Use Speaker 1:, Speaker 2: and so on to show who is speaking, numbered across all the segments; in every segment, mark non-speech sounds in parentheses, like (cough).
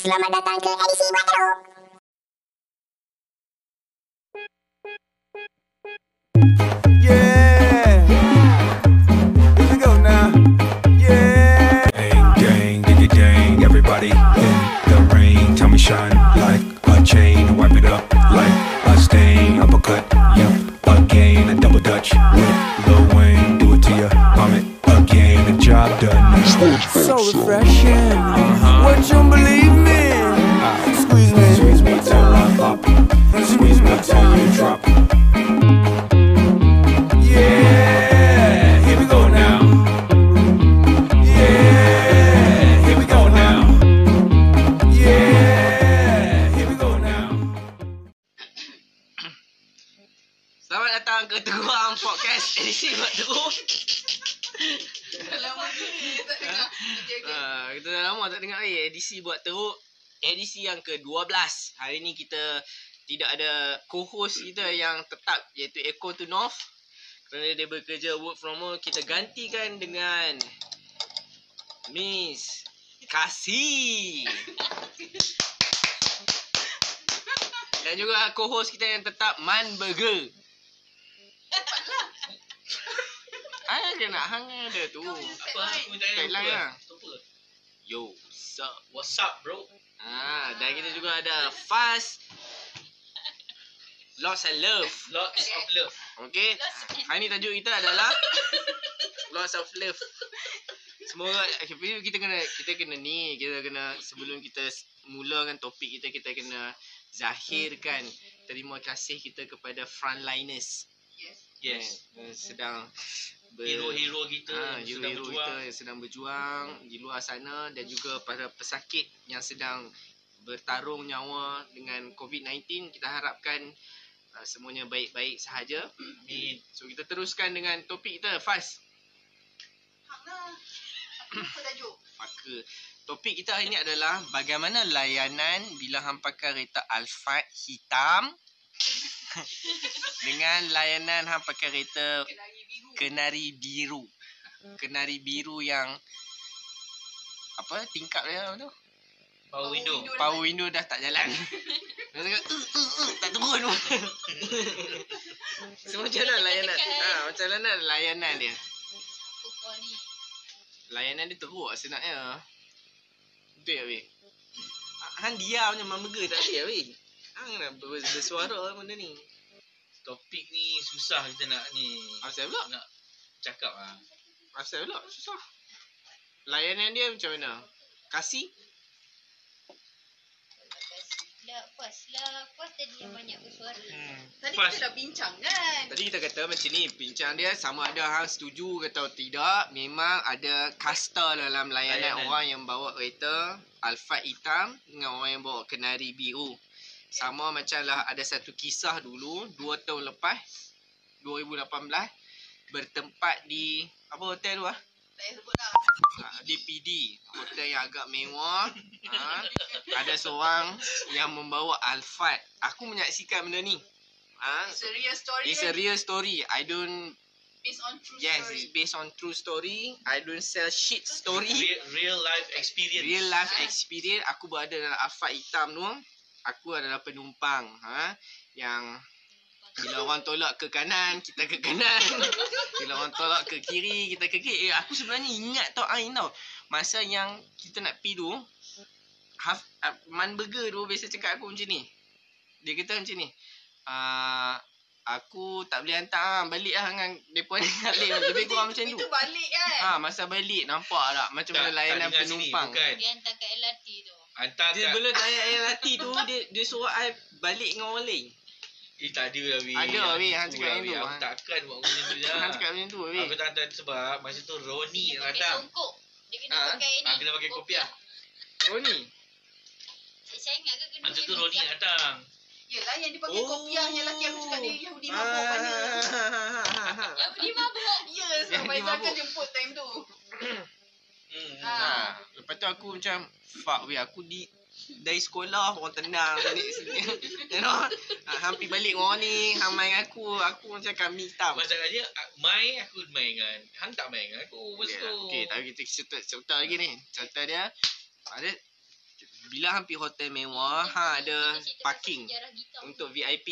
Speaker 1: Selamat datang ke edisi Buat Teruk.
Speaker 2: Yeah. Here we go now. Yeah.
Speaker 3: Dang, dang, dang, dang, everybody in the rain. Tell me shine like a chain. Wipe it up like a stain. Uppercut, yep, again. A double dutch with Lil Wayne. Do it to ya, palm it again. The job done.
Speaker 2: So refreshing. What you believe me? Squeeze me.
Speaker 3: Squeeze me till I'm up. Squeeze me till you drop. Yeah, here we go now. Yeah, here we go now. Yeah, here we go now.
Speaker 4: Selamat datang ke Teruang Podcast (laughs) edisi buat teruk. lama tak dengar. Ah, kita dah lama tak dengar lagi edisi buat teruk. Edisi yang ke-12. Hari ni kita tidak ada co-host kita yang tetap iaitu Eko Tunov. Kerana dia bekerja work from home, kita gantikan dengan Miss Kasih. Dan juga co-host kita yang tetap Man Burger. Ah, dia nak hang ada tu.
Speaker 5: Apa aku tanya
Speaker 4: Tak hilang lah.
Speaker 5: Apa?
Speaker 4: Yo, sup.
Speaker 5: What's up bro?
Speaker 4: Ah, dan kita juga ada Fast Lost and Love.
Speaker 5: Lots of love
Speaker 4: Okay. Hari ni tajuk kita adalah Lots of Love. Semua orang- okay, tapi kita kena kita kena ni, kita kena sebelum kita s- mulakan topik kita kita kena zahirkan terima kasih kita kepada frontliners.
Speaker 5: Yes
Speaker 4: Yang sedang ber-
Speaker 5: Hero-hero kita
Speaker 4: Ah,
Speaker 5: yang sedang
Speaker 4: hero-hero
Speaker 5: berjuang.
Speaker 4: kita yang sedang berjuang di luar sana dan juga para pesakit yang sedang bertarung nyawa dengan COVID-19 kita harapkan uh, semuanya baik-baik sahaja.
Speaker 5: Amin.
Speaker 4: So kita teruskan dengan topik kita Fas. Maka topik kita hari ini adalah bagaimana layanan bila hang pakai kereta Alphard hitam (laughs) dengan layanan hang pakai kereta kenari biru. Kenari biru yang apa tingkap dia apa tu?
Speaker 5: Power window
Speaker 4: Power window dah tak jalan. Dah cakap "Eh, eh, eh," tak turun (laughs) pun. so macam mana layanan? Ha, macam mana layanan dia? Layanan dia teruk sebenarnya. Betul tak weh? Ah, Han dia punya mama ge tak ada weh. Hang nak ber- bersuara lah benda ni.
Speaker 5: Topik ni susah kita nak ni
Speaker 4: Asal pula?
Speaker 5: Nak cakap lah
Speaker 4: Asal pula? Susah. Layanan dia macam mana? Kasih?
Speaker 6: Dah puas lah. Puas tadi yang banyak bersuara.
Speaker 4: Hmm.
Speaker 7: Tadi
Speaker 5: Fast.
Speaker 7: kita dah bincang kan.
Speaker 4: Tadi kita kata macam ni, bincang dia sama ada hang setuju atau tidak, memang ada kasta dalam layanan,
Speaker 5: Layanan.
Speaker 4: orang yang bawa kereta Alphard hitam dengan orang yang bawa kenari biru. Sama macam lah ada satu kisah dulu, dua tahun lepas, 2018, bertempat di, apa hotel tu lah?
Speaker 7: Tak payah sebut lah.
Speaker 4: Ah, DPD hotel yang agak mewah ha? ada seorang yang membawa Alphard aku menyaksikan benda ni ha?
Speaker 7: It's a real story.
Speaker 4: It's a real story. I don't
Speaker 7: based on true
Speaker 4: yes,
Speaker 7: story.
Speaker 4: it's based on true story. I don't sell shit story.
Speaker 5: Real, real life experience
Speaker 4: Real life experience. Aku berada dalam Alphard hitam tu. Aku adalah penumpang ha? yang bila orang tolak ke kanan, kita ke
Speaker 5: (laughs)
Speaker 4: kanan. Bila orang tolak ke kiri, kita ke kiri. Eh, aku sebenarnya ingat tau Ain tau. Masa yang kita nak pergi tu, half, uh, Man Burger tu biasa cakap aku macam ni. Dia kata macam ni. Uh, aku tak boleh hantar ah, balik lah dengan mereka ni tak boleh lebih kurang macam tu
Speaker 7: Itu balik kan.
Speaker 4: ah masa balik nampak tak macam
Speaker 5: Tak,
Speaker 4: mana layanan
Speaker 5: tak dengar
Speaker 4: penumpang
Speaker 5: sini, Bukan
Speaker 6: Dia hantar kat LRT tu.
Speaker 5: Hantar
Speaker 4: dia
Speaker 5: kat
Speaker 4: belum tanya ayat hati tu dia dia suruh I balik dengan orang lain
Speaker 5: Eh tak ada lah weh
Speaker 4: Ada, weh, hang
Speaker 5: Aku
Speaker 4: cakap
Speaker 5: lah,
Speaker 4: yang
Speaker 5: weh.
Speaker 4: tu,
Speaker 5: Aku
Speaker 4: hang.
Speaker 5: takkan buat benda
Speaker 4: (laughs)
Speaker 5: tu
Speaker 4: ha.
Speaker 5: lah
Speaker 4: kan cakap macam tu weh
Speaker 5: Aku tak hantar sebab Masa tu Roni
Speaker 6: Dia
Speaker 5: yang
Speaker 6: pakai
Speaker 5: datang
Speaker 6: songkok. Dia kena
Speaker 4: Ah,
Speaker 6: pakai ni.
Speaker 5: ah, kena pakai kopiah.
Speaker 4: oh ni
Speaker 6: Eh, Saya ingat ke kena
Speaker 5: Masa
Speaker 6: pakai
Speaker 5: tu Roni
Speaker 6: kopiah?
Speaker 5: yang datang
Speaker 7: Yelah yang dipakai
Speaker 4: Oh.
Speaker 7: oh. kopiah yang lelaki aku cakap dia Yahudi
Speaker 4: Ah,
Speaker 7: mabuk
Speaker 4: ha, (laughs)
Speaker 7: mana.
Speaker 4: ha, ha, ha, ha.
Speaker 6: Yang beli
Speaker 4: (laughs)
Speaker 6: mabuk.
Speaker 7: Ya,
Speaker 4: Yang
Speaker 7: sebab Faizal
Speaker 4: dimabuk.
Speaker 7: kan jemput time tu.
Speaker 5: Hmm.
Speaker 4: Ha,
Speaker 7: Ah.
Speaker 4: lepas tu aku macam fuck weh aku di dari sekolah orang (laughs) tenang sini sini. You know, ha, hampir balik dengan orang ni, hang main dengan aku, aku macam kami hitam.
Speaker 5: Masalahnya ah, Mai aku main dengan Hang tak main dengan aku Masa
Speaker 4: Ya, Okey
Speaker 5: tu
Speaker 4: lah. Okey, tapi kita cerita cerita lagi ni. Cerita dia ada Bila hampir hotel mewah, ha ada parking
Speaker 6: Sejarah gitar.
Speaker 4: untuk VIP.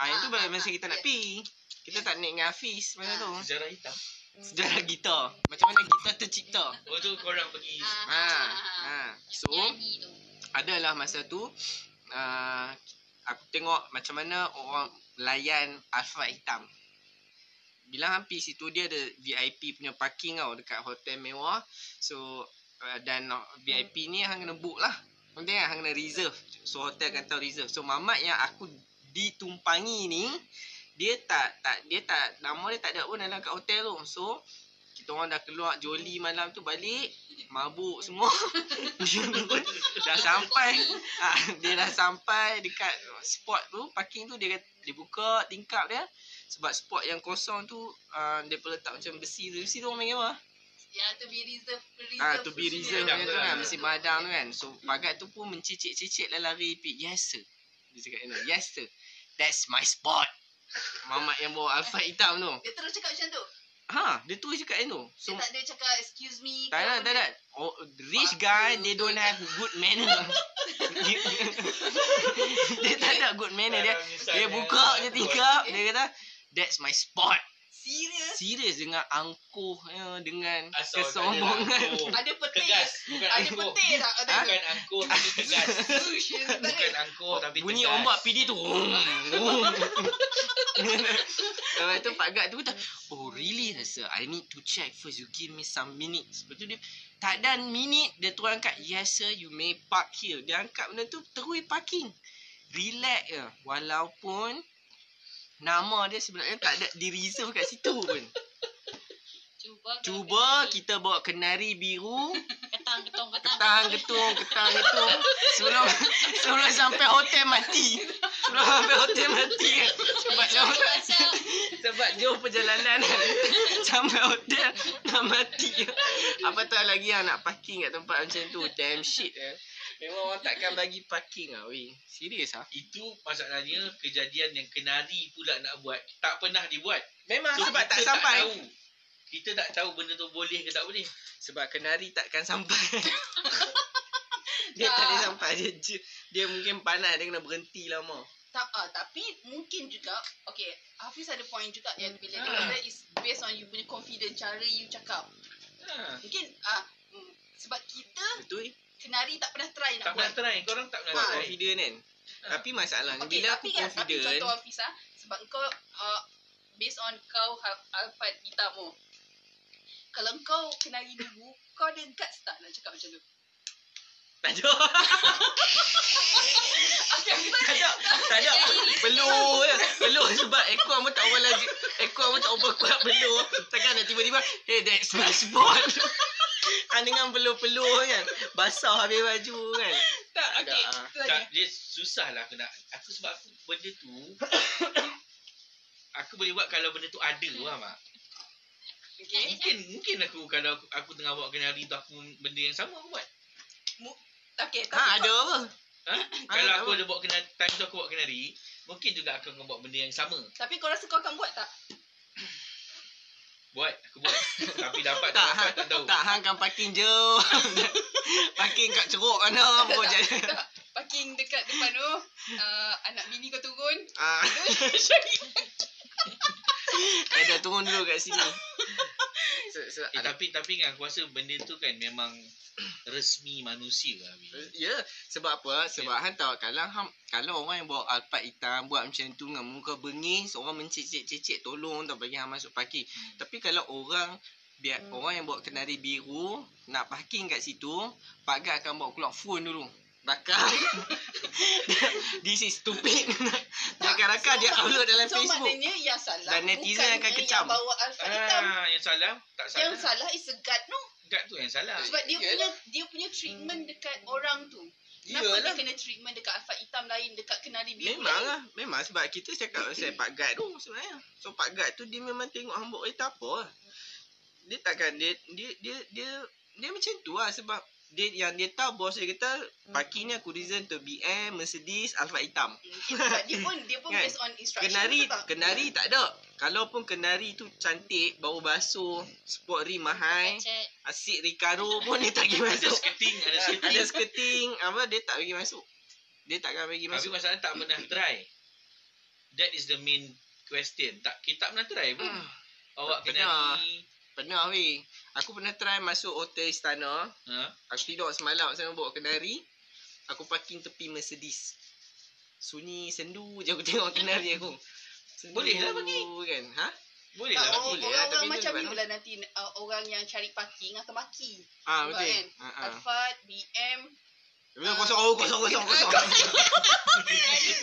Speaker 4: Ah ha, itu
Speaker 6: Ah,
Speaker 4: masa
Speaker 6: ah,
Speaker 4: kita nak
Speaker 6: ya.
Speaker 4: pi. Kita tak naik dengan Hafiz masa tu.
Speaker 5: Sejarah hitam.
Speaker 6: mm.
Speaker 4: Sejarah gitar. Macam mana gitar tercipta.
Speaker 5: Oh tu korang pergi.
Speaker 6: Ah,
Speaker 4: Ha.
Speaker 6: ah,
Speaker 4: Ha.
Speaker 6: ah.
Speaker 4: So,
Speaker 6: Nyanyi tu.
Speaker 4: adalah masa tu uh, aku tengok macam mana orang layan Alfa Hitam. Bila hampir situ dia ada VIP punya parking tau dekat hotel mewah. So uh, dan VIP ni hang kena book lah. Nanti kan hang kena reserve. So hotel akan tahu reserve. So mamat yang aku ditumpangi ni dia tak tak dia tak nama dia tak ada pun dalam kat hotel tu. So kita orang dah keluar joli malam tu balik mabuk semua. dia pun (laughs) dah sampai ah, dia dah sampai dekat spot tu parking tu dia kata, dia buka tingkap dia sebab spot yang kosong tu uh, dia pun letak macam besi tu besi tu orang panggil apa
Speaker 7: Ya,
Speaker 8: Yang to be reserve.
Speaker 4: ah to be reserve
Speaker 5: Madang
Speaker 4: dia tu
Speaker 5: tu
Speaker 4: kan
Speaker 5: lah.
Speaker 4: besi madang tu kan so pagat tu pun mencicit-cicit lah lari pi yes sir dia cakap you know, yes sir that's my spot mamat yang bawa alfa hitam tu
Speaker 8: Dia terus cakap macam tu.
Speaker 4: ha dia tu cakap yang tu
Speaker 8: Dia
Speaker 4: so
Speaker 8: tak ada cakap excuse me.
Speaker 4: tak nak, tak nak. Oh, rich guy, they don't have good manner.
Speaker 8: (laughs)
Speaker 4: (laughs) dia tak ada good manner. Dia dia buka je tingkap, dia kata, that's my spot.
Speaker 8: Serius.
Speaker 4: Serius dengan angkuhnya, dengan
Speaker 5: (laughs) Asal
Speaker 4: (laughs)
Speaker 5: lah.
Speaker 4: kesombongan.
Speaker 8: Ada
Speaker 5: Tegas.
Speaker 8: petis.
Speaker 5: Bukan
Speaker 8: Ada
Speaker 5: angkuh.
Speaker 8: petis tak? Ada
Speaker 5: Bukan angkuh tapi tegas.
Speaker 8: Ush, yang tak
Speaker 5: Ah. Bukan
Speaker 8: ada.
Speaker 4: Oh,
Speaker 5: angkuh tapi tegas.
Speaker 4: Bunyi ombak PD tu. (laughs) Lepas tu Pak Gad tu kata, oh really rasa I need to check first. You give me some minutes. Lepas tu dia, tak ada minit. Dia tu angkat, yes sir you may park here. Dia angkat benda tu, terus parking. Relax je. Walaupun nama dia sebenarnya tak ada di reserve kat situ pun.
Speaker 6: Cuba.
Speaker 4: Cuba kita bawa kenari biru
Speaker 6: Ketang,
Speaker 4: (laughs)
Speaker 6: ketong, ketang.
Speaker 4: Ketang getung, ketang getung. Sebelum sebelum sampai hotel mati. Sebelum sampai hotel mati kan. Sebab jauh
Speaker 6: Macam.
Speaker 4: sebab jauh perjalanan kan? sampai hotel nak mati. Apa tu lagi yang nak parking kat tempat macam tu. Damn shit eh. Memang orang takkan bagi parking ah weh. Serius ah.
Speaker 5: Itu masalahnya kejadian yang kenari pula nak buat. Tak pernah dibuat.
Speaker 4: Memang
Speaker 5: So,
Speaker 4: sebab tak
Speaker 5: kita
Speaker 4: sampai.
Speaker 5: tahu. Kita tak tahu benda tu boleh ke tak boleh.
Speaker 4: sebab kenari takkan (laughs) sampai. dia tak boleh sampai dia, dia dia mungkin panas dia kena berhenti lama.
Speaker 8: Tak, ah, tapi mungkin juga Okay Hafiz ada point juga Yang bila dia kata Is based on you punya confident Cara you cakap
Speaker 5: Ha.
Speaker 8: Mungkin ah, mm, Sebab kita
Speaker 4: Betul? Eh?
Speaker 8: Kenari tak pernah try nak
Speaker 5: Tak
Speaker 8: buat
Speaker 5: pernah try. Korang tak pernah
Speaker 8: Ha.
Speaker 5: try.
Speaker 4: Confident kan.
Speaker 5: Ha.
Speaker 4: Tapi masalahnya
Speaker 8: Okay,
Speaker 4: bila
Speaker 8: tapi
Speaker 4: aku
Speaker 8: kan, tapi
Speaker 4: confident, (laughs)
Speaker 8: contoh Hafiz ah, sebab kau uh, based on kau ha- hafal gitarmu. Kalau kau kenali dulu, kau ada guts tak nak cakap macam tu?
Speaker 4: tak ada. tak ada. Tak ada. Peluh je. Peluh sebab ekor pun tak over laju. Ekor pun tak over kuat peluh. Takkan nak tiba-tiba, hey that's my spot. (laughs) Ha, dengan peluh-peluh kan. Basah habis baju kan.
Speaker 8: Tak,
Speaker 4: ada,
Speaker 8: okay.
Speaker 4: ah.
Speaker 8: Itu aja.
Speaker 5: tak, dia susah lah aku nak. Aku sebab aku benda tu, aku boleh buat kalau benda tu ada, faham tak?
Speaker 8: Okay.
Speaker 5: Mungkin, mungkin aku kalau aku, aku tengah buat kenal itu, aku benda yang sama aku buat.
Speaker 8: Okay,
Speaker 4: Ha,
Speaker 8: tapi
Speaker 4: ada apa?
Speaker 5: Ha?
Speaker 4: Ah,
Speaker 5: kalau aku
Speaker 4: sama.
Speaker 5: ada buat kenal, time tu aku buat kenari, mungkin juga aku akan buat benda yang sama.
Speaker 8: tapi kau rasa kau akan buat tak?
Speaker 5: Buat, aku buat. Tapi dapat tak,
Speaker 4: Tak, hang,
Speaker 5: dapat tak tahu.
Speaker 4: tak, hang kan parking jauh. (laughs) parking kat ceruk mana
Speaker 8: (laughs)
Speaker 4: pun jadi.
Speaker 8: tak. Parking dekat depan tu, uh, anak bini kau turun.
Speaker 4: (laughs) Ah. Eh, dah turun dulu kat sini. So, so,
Speaker 5: Eh,
Speaker 4: ada,
Speaker 5: tapi tapi kan aku rasa benda tu kan memang (clears throat) resmi manusia lah. Abi.
Speaker 4: ya, sebab apa? Sebab hang tahu kalau hang, kalau orang yang bawa alpat hitam buat macam tu dengan muka bengis, orang mencicit-cicit tolong tau bagi hang masuk parking. Tapi kalau orang biar hmm. orang yang bawa kenari biru nak parking kat situ, Pak Gad akan bawa keluar phone dulu. (laughs) Rakam This is stupid Dia akan rakam Dia upload dalam
Speaker 8: so
Speaker 4: Facebook
Speaker 8: maknanya yang salah.
Speaker 4: Dan netizen
Speaker 8: bukannya
Speaker 4: akan kecam.
Speaker 8: Yang bawa alfa hitam.
Speaker 5: Ah, yang salah, tak salah.
Speaker 8: Yang salah is a guard no.
Speaker 5: Dekat tu yang salah.
Speaker 8: Sebab dia punya dia punya treatment dekat orang tu. Kenapa dia
Speaker 4: Yelah.
Speaker 8: kena treatment dekat alfa hitam lain dekat kenali biru?
Speaker 4: Memang
Speaker 8: lain?
Speaker 4: lah. Memang sebab kita cakap pasal Pak Gad tu sebenarnya. So Pak Gad tu dia memang tengok hambuk dia tak apa lah. Dia takkan dia dia dia dia, dia macam tu lah sebab dia yang dia tahu bos dia kata pagi ni aku reason to BM Mercedes Alfa Hitam.
Speaker 8: Mungkin sebab dia pun dia pun
Speaker 4: Kan?
Speaker 8: based on instruction.
Speaker 4: Kenari
Speaker 8: tu tak?
Speaker 4: kenari tak ada. Kalau pun kenari tu cantik, bau basuh, sport rim mahal,
Speaker 6: Cacat.
Speaker 4: asyik Ricaro pun dia tak pergi
Speaker 5: Ada
Speaker 4: masuk.
Speaker 5: skating, ada skating.
Speaker 4: (laughs) Ada skating, apa dia tak pergi masuk. Dia takkan pergi
Speaker 5: Tapi
Speaker 4: masuk.
Speaker 5: masalah tak pernah try. That is the main question. Tak kita tak pernah try pun.
Speaker 7: Ah,
Speaker 4: Hmm,
Speaker 5: Awak
Speaker 4: tak
Speaker 5: kena
Speaker 4: pernah.
Speaker 5: ni.
Speaker 4: Pernah weh. Aku pernah try masuk hotel istana.
Speaker 5: Ha?
Speaker 4: Aku tidur semalam sama bawa kendari. Aku parking tepi Mercedes. Sunyi, sendu je aku tengok kendari aku. Sendu
Speaker 5: Boleh lah pergi.
Speaker 4: kan. Ha?
Speaker 5: Boleh
Speaker 7: Tak, oh,
Speaker 4: orang- boleh
Speaker 5: lah. Boleh.
Speaker 4: lah,
Speaker 7: orang-orang
Speaker 4: tapi
Speaker 7: macam
Speaker 4: dia
Speaker 7: you
Speaker 4: sebab-
Speaker 7: lah nanti uh, orang yang cari parking akan maki.
Speaker 4: Ha,
Speaker 7: Sebab
Speaker 4: betul.
Speaker 7: kan,
Speaker 4: Ha ha.
Speaker 7: Alphard, BM,
Speaker 4: Bila kosong, oh kosong, kosong, kosong.
Speaker 7: (laughs)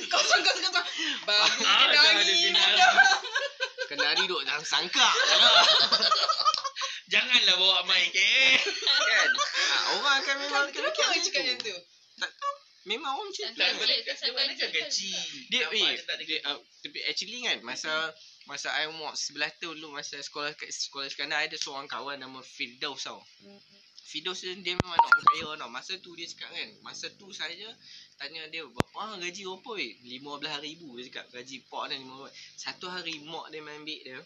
Speaker 7: kosong kosong kosong. Bagus
Speaker 5: Ah, dah ada
Speaker 7: kenangi.
Speaker 5: kenangi.
Speaker 4: (laughs) Kendari duk dalam sangka.
Speaker 5: Janganlah bawa mic eh.
Speaker 4: kan. Ha, orang akan memang
Speaker 7: Kan, Kenapa orang cakap macam tu?
Speaker 4: Memang orang macam tu.
Speaker 5: Lah,
Speaker 6: Dia-
Speaker 5: dia-
Speaker 6: dia-
Speaker 5: Dia mana
Speaker 6: dia-
Speaker 5: kan kecil.
Speaker 4: Dia,
Speaker 5: Nampak
Speaker 4: eh,
Speaker 5: macam tak ada
Speaker 4: dia, uh, tapi actually kan, masa masa I umur 11 tahun dulu, masa sekolah kat sekolah sekarang, I ada seorang kawan nama Firdaus tau.
Speaker 5: Mm-hmm.
Speaker 4: Firdaus ni dia memang nak orang kaya tau. Masa tu dia cakap kan, masa tu saya tanya dia, berapa gaji berapa weh? RM15,000 dia cakap, gaji pak dan RM15,000. Satu hari mak dia main ambil dia,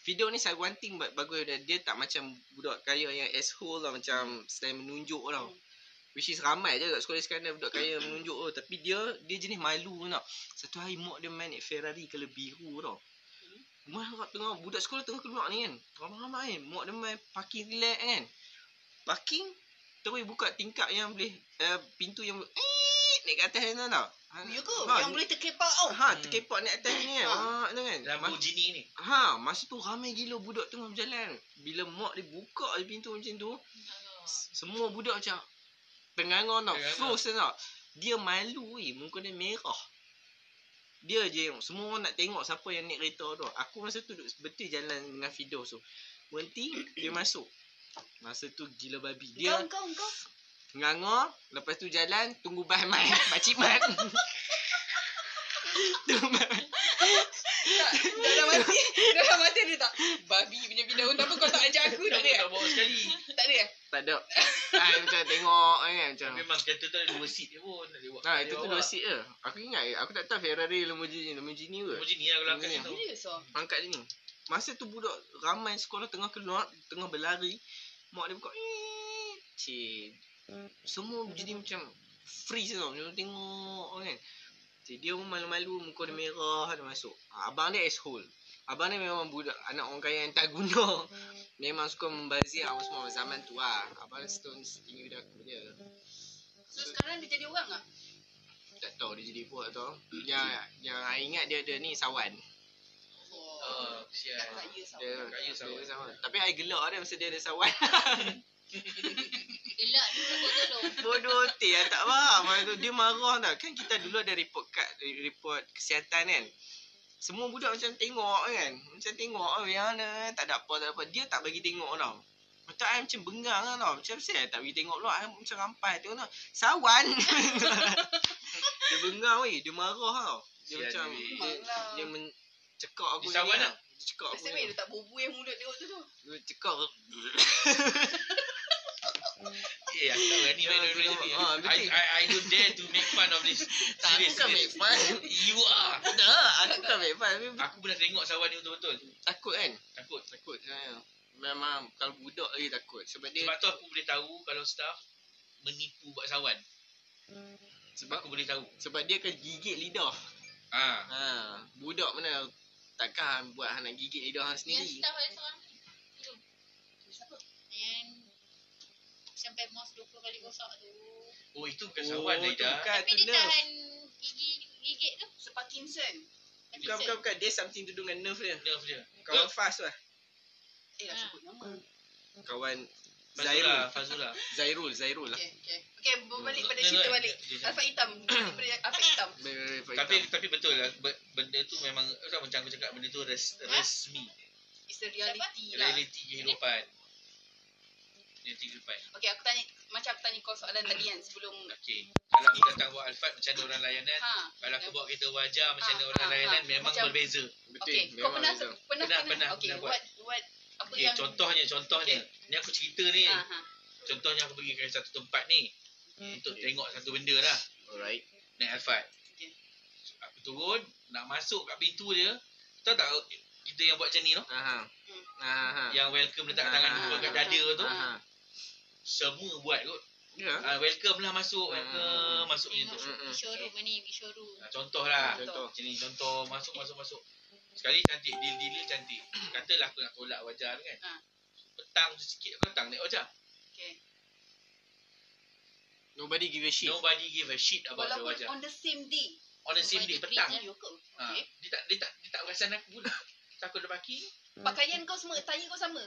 Speaker 4: Fido ni saya one thing ba- bagus dia, dia tak macam budak kaya yang asshole lah macam selain menunjuk tau. Which is ramai je kat sekolah sekarang ni budak kaya menunjuk tau. Tapi dia dia jenis malu tau. Satu hari mak dia main naik Ferrari kalau biru tau. Mak kat tengah budak sekolah tengah keluar ni kan. Ramai-ramai kan. Mak dia main parking relax kan. Parking terus buka tingkap yang boleh uh, pintu yang eh, naik ke atas sana tau. Ha,
Speaker 7: You Ya ke?
Speaker 4: ha,
Speaker 7: Yang boleh terkepak tau.
Speaker 4: Ha, terkepak naik atas ni kan.
Speaker 7: Ha.
Speaker 4: Ha, tu kan.
Speaker 5: Lambu jini ni.
Speaker 4: Ha, masa tu ramai gila budak tengah berjalan. Bila mak dia buka je pintu macam tu, s- semua budak macam ternganga tau,
Speaker 5: Ternganga.
Speaker 4: frozen tau. Dia malu weh, muka dia merah. Dia je yang semua orang nak tengok siapa yang naik kereta tu. Aku masa tu duduk betul jalan dengan Fidos tu. Berhenti, dia masuk. Masa tu gila babi. Dia
Speaker 7: Kau kau kau.
Speaker 4: nganga, lepas tu jalan, tunggu (laughs) bas mat, pakcik mat. tunggu bas mat.
Speaker 7: Tak, dalam mati. Dalam mati ada tak? Babi punya bina apa kau tak ajak aku tak
Speaker 5: Kenapa
Speaker 7: ada. eh?
Speaker 5: tak bawa
Speaker 7: (laughs)
Speaker 5: sekali?
Speaker 7: Tak ada. eh?
Speaker 4: Tak ada. Ah, macam tengok kan macam.
Speaker 5: Memang kereta tu ada dua seat je pun. Nak dibawa.
Speaker 4: Ha, itu tu dua seat je. Aku ingat je. Aku tak tahu Ferrari Lamborghini, Lamborghini ke.
Speaker 5: Lambu jini lah kalau angkat
Speaker 4: Lambu
Speaker 5: itu.
Speaker 7: Serius ah.
Speaker 4: Angkat ni. Masa tu budak ramai sekolah tengah keluar, tengah berlari. Mak dia buka. "Eh." Cik. Semua jadi macam freeze tau. Macam tengok kan. Cik, dia pun malu-malu, muka dia merah, dia masuk. Ha, abang dia asshole. Abang dia memang budak, anak orang kaya yang tak guna. Memang suka membazir apa semua zaman tu lah. Abang dia setahun setinggi budak aku je.
Speaker 7: So sekarang dia jadi orang ah.
Speaker 4: Tak tahu dia jadi buat tau. Yang yang I ingat dia ada ni sawan.
Speaker 7: Oh. Dah
Speaker 5: Oh, kesian.
Speaker 7: kaya
Speaker 4: Dia
Speaker 7: sama.
Speaker 5: Kaya sawan.
Speaker 4: dia sawan. Tapi I gelak dia masa dia ada sawan. (laughs)
Speaker 6: Gelak dulu kau tolong.
Speaker 4: Bodoh teh I tak faham. Masa tu dia marah tau. Kan kita dulu ada report card report kesihatan kan. Semua budak macam tengok kan. Macam tengok oh, yang mana tak ada apa tak ada apa. Dia tak bagi tengok tau. Macam I macam bengang lah tau. Macam saya tak bagi tengok pula. I macam rampai tengok tau. Sawan. (laughs) dia bengang weh. Dia marah tau. Dia
Speaker 5: Kesian
Speaker 4: macam
Speaker 5: dia.
Speaker 4: dia,
Speaker 7: Memanglah.
Speaker 4: dia men- cekak aku
Speaker 5: Dia sawan
Speaker 4: ni
Speaker 5: lah.
Speaker 4: Dia Cekak aku
Speaker 7: Pasal
Speaker 4: ni.
Speaker 7: weh dia tak berbuih mulut dia waktu tu.
Speaker 4: Dia cekak aku.
Speaker 5: Eh, aku tak berani main
Speaker 4: Ya,
Speaker 5: dua-dua
Speaker 4: betul.
Speaker 5: ni.
Speaker 4: Ah,
Speaker 5: I,
Speaker 4: betul.
Speaker 5: I, I don't dare to make fun of this.
Speaker 4: Tak, aku
Speaker 5: Serious,
Speaker 4: bukan make
Speaker 5: serious.
Speaker 4: fun.
Speaker 5: You are.
Speaker 4: Tak, Ah, aku bukan make fun. Tapi
Speaker 5: Aku pernah tengok sawan ni betul-betul.
Speaker 4: takut kan?
Speaker 5: Takut.
Speaker 4: Ah. Takut saya. Memang kalau budak lagi takut. Sebab dia
Speaker 5: Sebab tu aku boleh tahu kalau staff menipu buat sawan.
Speaker 7: Hmm.
Speaker 5: Sebab aku boleh tahu.
Speaker 4: sebab dia akan gigit lidah.
Speaker 5: Ah.
Speaker 4: Ha, budak mana takkan buat hang nak gigit lidah hang
Speaker 6: Yang
Speaker 4: sendiri.
Speaker 6: staff ada seorang ni. Belum. Yang sampai mos 20 kali gosok tu.
Speaker 5: Oh, itu bukan sawan
Speaker 4: Oh,
Speaker 5: dah.
Speaker 4: tu bukan.
Speaker 6: Tapi dia
Speaker 4: nerve.
Speaker 6: tahan gigi gigit tu.
Speaker 7: So Parkinson.
Speaker 4: Bukan, bukan, bukan. Dia something to do dengan nerve dia.
Speaker 5: Nerve dia.
Speaker 4: Kawan Fas lah.
Speaker 7: Eh dah
Speaker 6: Ah.
Speaker 7: sebut nama.
Speaker 5: Hmm.
Speaker 4: Kawan lah.
Speaker 5: Fazura,
Speaker 4: Zairul.
Speaker 5: Fazura.
Speaker 4: Zairul, Zairul lah.
Speaker 7: Okay, okay. Okay, berbalik pada
Speaker 5: No, no,
Speaker 7: cerita
Speaker 5: no,
Speaker 7: balik.
Speaker 5: no, no.
Speaker 7: Alfa hitam. Daripada Alfa hitam.
Speaker 5: Tapi tapi betul lah be- benda tu memang tak macam aku cakap benda tu res, resmi
Speaker 7: It's the reality lah.
Speaker 5: realiti kehidupan. Realiti kehidupan.
Speaker 7: Okay, aku tanya. Macam aku tanya kau soalan tadi kan sebelum.
Speaker 5: Okey. Kalau aku datang buat alfat macam ada orang layanan.
Speaker 7: Ha.
Speaker 5: Kalau aku bawa kereta wajah macam ada
Speaker 7: Ah,
Speaker 5: orang
Speaker 7: ah,
Speaker 5: layanan
Speaker 7: ah.
Speaker 5: memang
Speaker 7: Macam-
Speaker 5: berbeza. Eh,
Speaker 4: betul.
Speaker 7: Okay, kau pernah, pernah, pernah,
Speaker 5: Pernah,
Speaker 7: pernah.
Speaker 5: pernah,
Speaker 7: Okay,
Speaker 5: pernah buat.
Speaker 7: what, what, apa
Speaker 5: Okey,
Speaker 7: yang.
Speaker 5: contohnya contohnya. Ni aku cerita ni.
Speaker 7: Ah, ha.
Speaker 5: Contohnya aku pergi ke satu tempat ni untuk tengok satu benda lah.
Speaker 4: Alright.
Speaker 5: naik alphard.
Speaker 7: Okey.
Speaker 5: Aku turun, nak masuk kat pintu dia. Tahu tak, kita yang buat macam ni tu.
Speaker 4: Aha. Aha.
Speaker 5: Yang welcome letak tangan
Speaker 4: Ah.
Speaker 5: dua kat dada tu.
Speaker 4: Aha.
Speaker 5: Semua buat kot.
Speaker 4: Ya.
Speaker 5: Ah, welcome lah
Speaker 4: Ah.
Speaker 5: masuk. Welcome masuk macam
Speaker 6: Tengok
Speaker 5: tu.
Speaker 4: Mm-mm.
Speaker 6: showroom ni, pergi showroom.
Speaker 5: Ah, Contoh lah.
Speaker 4: Contoh.
Speaker 5: Macam ni contoh. Masuk, masuk, masuk. Sekali cantik. Deal-deal cantik. Katalah aku nak tolak wajah tu kan.
Speaker 7: Ah.
Speaker 5: Petang tu sikit aku datang naik wajah.
Speaker 7: Okay.
Speaker 4: Nobody give a shit.
Speaker 5: Nobody give a shit about the
Speaker 7: Walaupun
Speaker 5: wajah.
Speaker 7: on the same day.
Speaker 5: On the same day, petang.
Speaker 6: Video ke?
Speaker 5: Ha,
Speaker 7: Okay.
Speaker 5: dia tak dia tak dia tak perasan aku pula. Takut dia parking.
Speaker 7: Pakaian kau semua, tanya kau sama.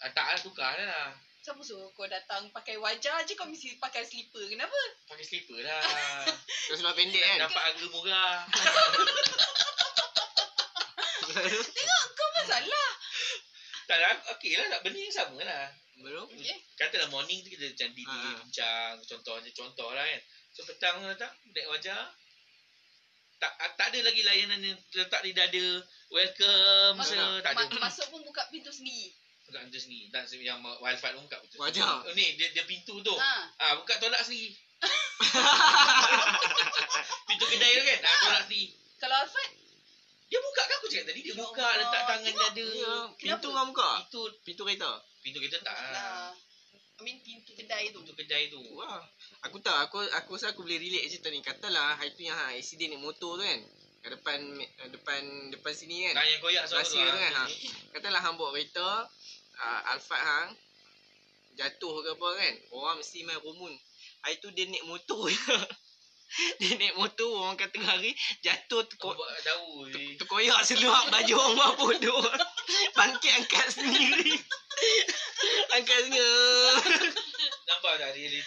Speaker 5: Ah, tak lah tukar lah.
Speaker 7: Siapa suruh kau datang pakai wajah je kau mesti pakai slipper. Kenapa?
Speaker 5: Pakai slipper lah.
Speaker 4: (laughs) Terus seluar pendek
Speaker 5: Nak (laughs)
Speaker 4: kan.
Speaker 5: dapat harga murah.
Speaker 7: Tengok kau masalah.
Speaker 5: tak lah, okey lah. Tak benda yang sama lah.
Speaker 4: Belum.
Speaker 7: Okay.
Speaker 5: Katalah morning tu kita macam diri,
Speaker 4: Ah.
Speaker 5: bincang. Contohnya, contoh lah kan. So, petang tu datang, naik wajah. Tak, ah, tak ada lagi layanan yang letak di dada. Welcome,
Speaker 7: Masuk,
Speaker 4: Ah,
Speaker 5: sir. lah. Tak ada.
Speaker 7: ma- masuk pun buka pintu sendiri.
Speaker 5: Buka pintu sendiri. Tak, yang wifi pun buka pintu.
Speaker 4: Wajah.
Speaker 5: Oh, ni, dia, dia pintu tu.
Speaker 7: Ha.
Speaker 5: Ah, buka tolak
Speaker 4: (laughs)
Speaker 5: sendiri. Pintu kedai tu kan? Ah, tolak sendiri.
Speaker 7: Kalau Alfred,
Speaker 5: Dia buka kan aku cakap tadi? Dia
Speaker 7: Ya
Speaker 5: buka,
Speaker 7: Allah,
Speaker 5: letak tangan
Speaker 7: tengok.
Speaker 5: dada.
Speaker 4: Ya, Pintu
Speaker 7: Kenapa?
Speaker 4: orang buka.
Speaker 5: Pintu
Speaker 4: Pintu kereta.
Speaker 5: pintu kita tak.
Speaker 4: Ah.
Speaker 7: lah. I mean pintu kedai tu.
Speaker 5: Pintu kedai tu.
Speaker 4: Wah. Aku tahu aku aku rasa aku boleh relate cerita ni. Katalah hari tu yang ha, accident naik motor tu kan. Kat depan eh, depan depan sini kan.
Speaker 5: Tangan yang koyak suara
Speaker 4: Rahsia tu kan,
Speaker 5: ah.
Speaker 4: ha. Katalah hang bawa kereta uh, Alphard hang jatuh ke apa kan. Orang mesti main rumun. Hari tu dia naik motor (laughs) je. dia naik motor orang kata hari jatuh tu
Speaker 5: Kau buat jauh. eh.
Speaker 4: Terkoyak seluar baju orang buat bodoh. Bangkit angkat sendiri. angkat sendiri.
Speaker 5: Nampak tak reality?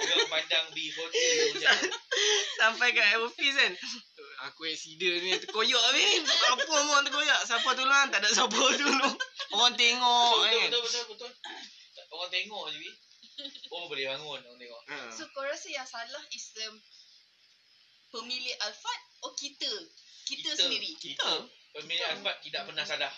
Speaker 5: Orang pandang B40 tu macam
Speaker 4: Sampai kat office kan. Aku accident ni. Terkoyak ni. Apa orang terkoyak? Siapa tolong? Tak ada siapa tolong. Orang tengok
Speaker 5: betul,
Speaker 4: kan.
Speaker 5: betul, betul, betul. Tak- Orang tengok je, Bi. Oh, boleh bangun orang tengok.
Speaker 4: Ha.
Speaker 7: So kau rasa yang salah is um, pemilik Alphard or kita? Kita, sendiri.
Speaker 5: Kita. Pemilik Alphard tidak pernah salah.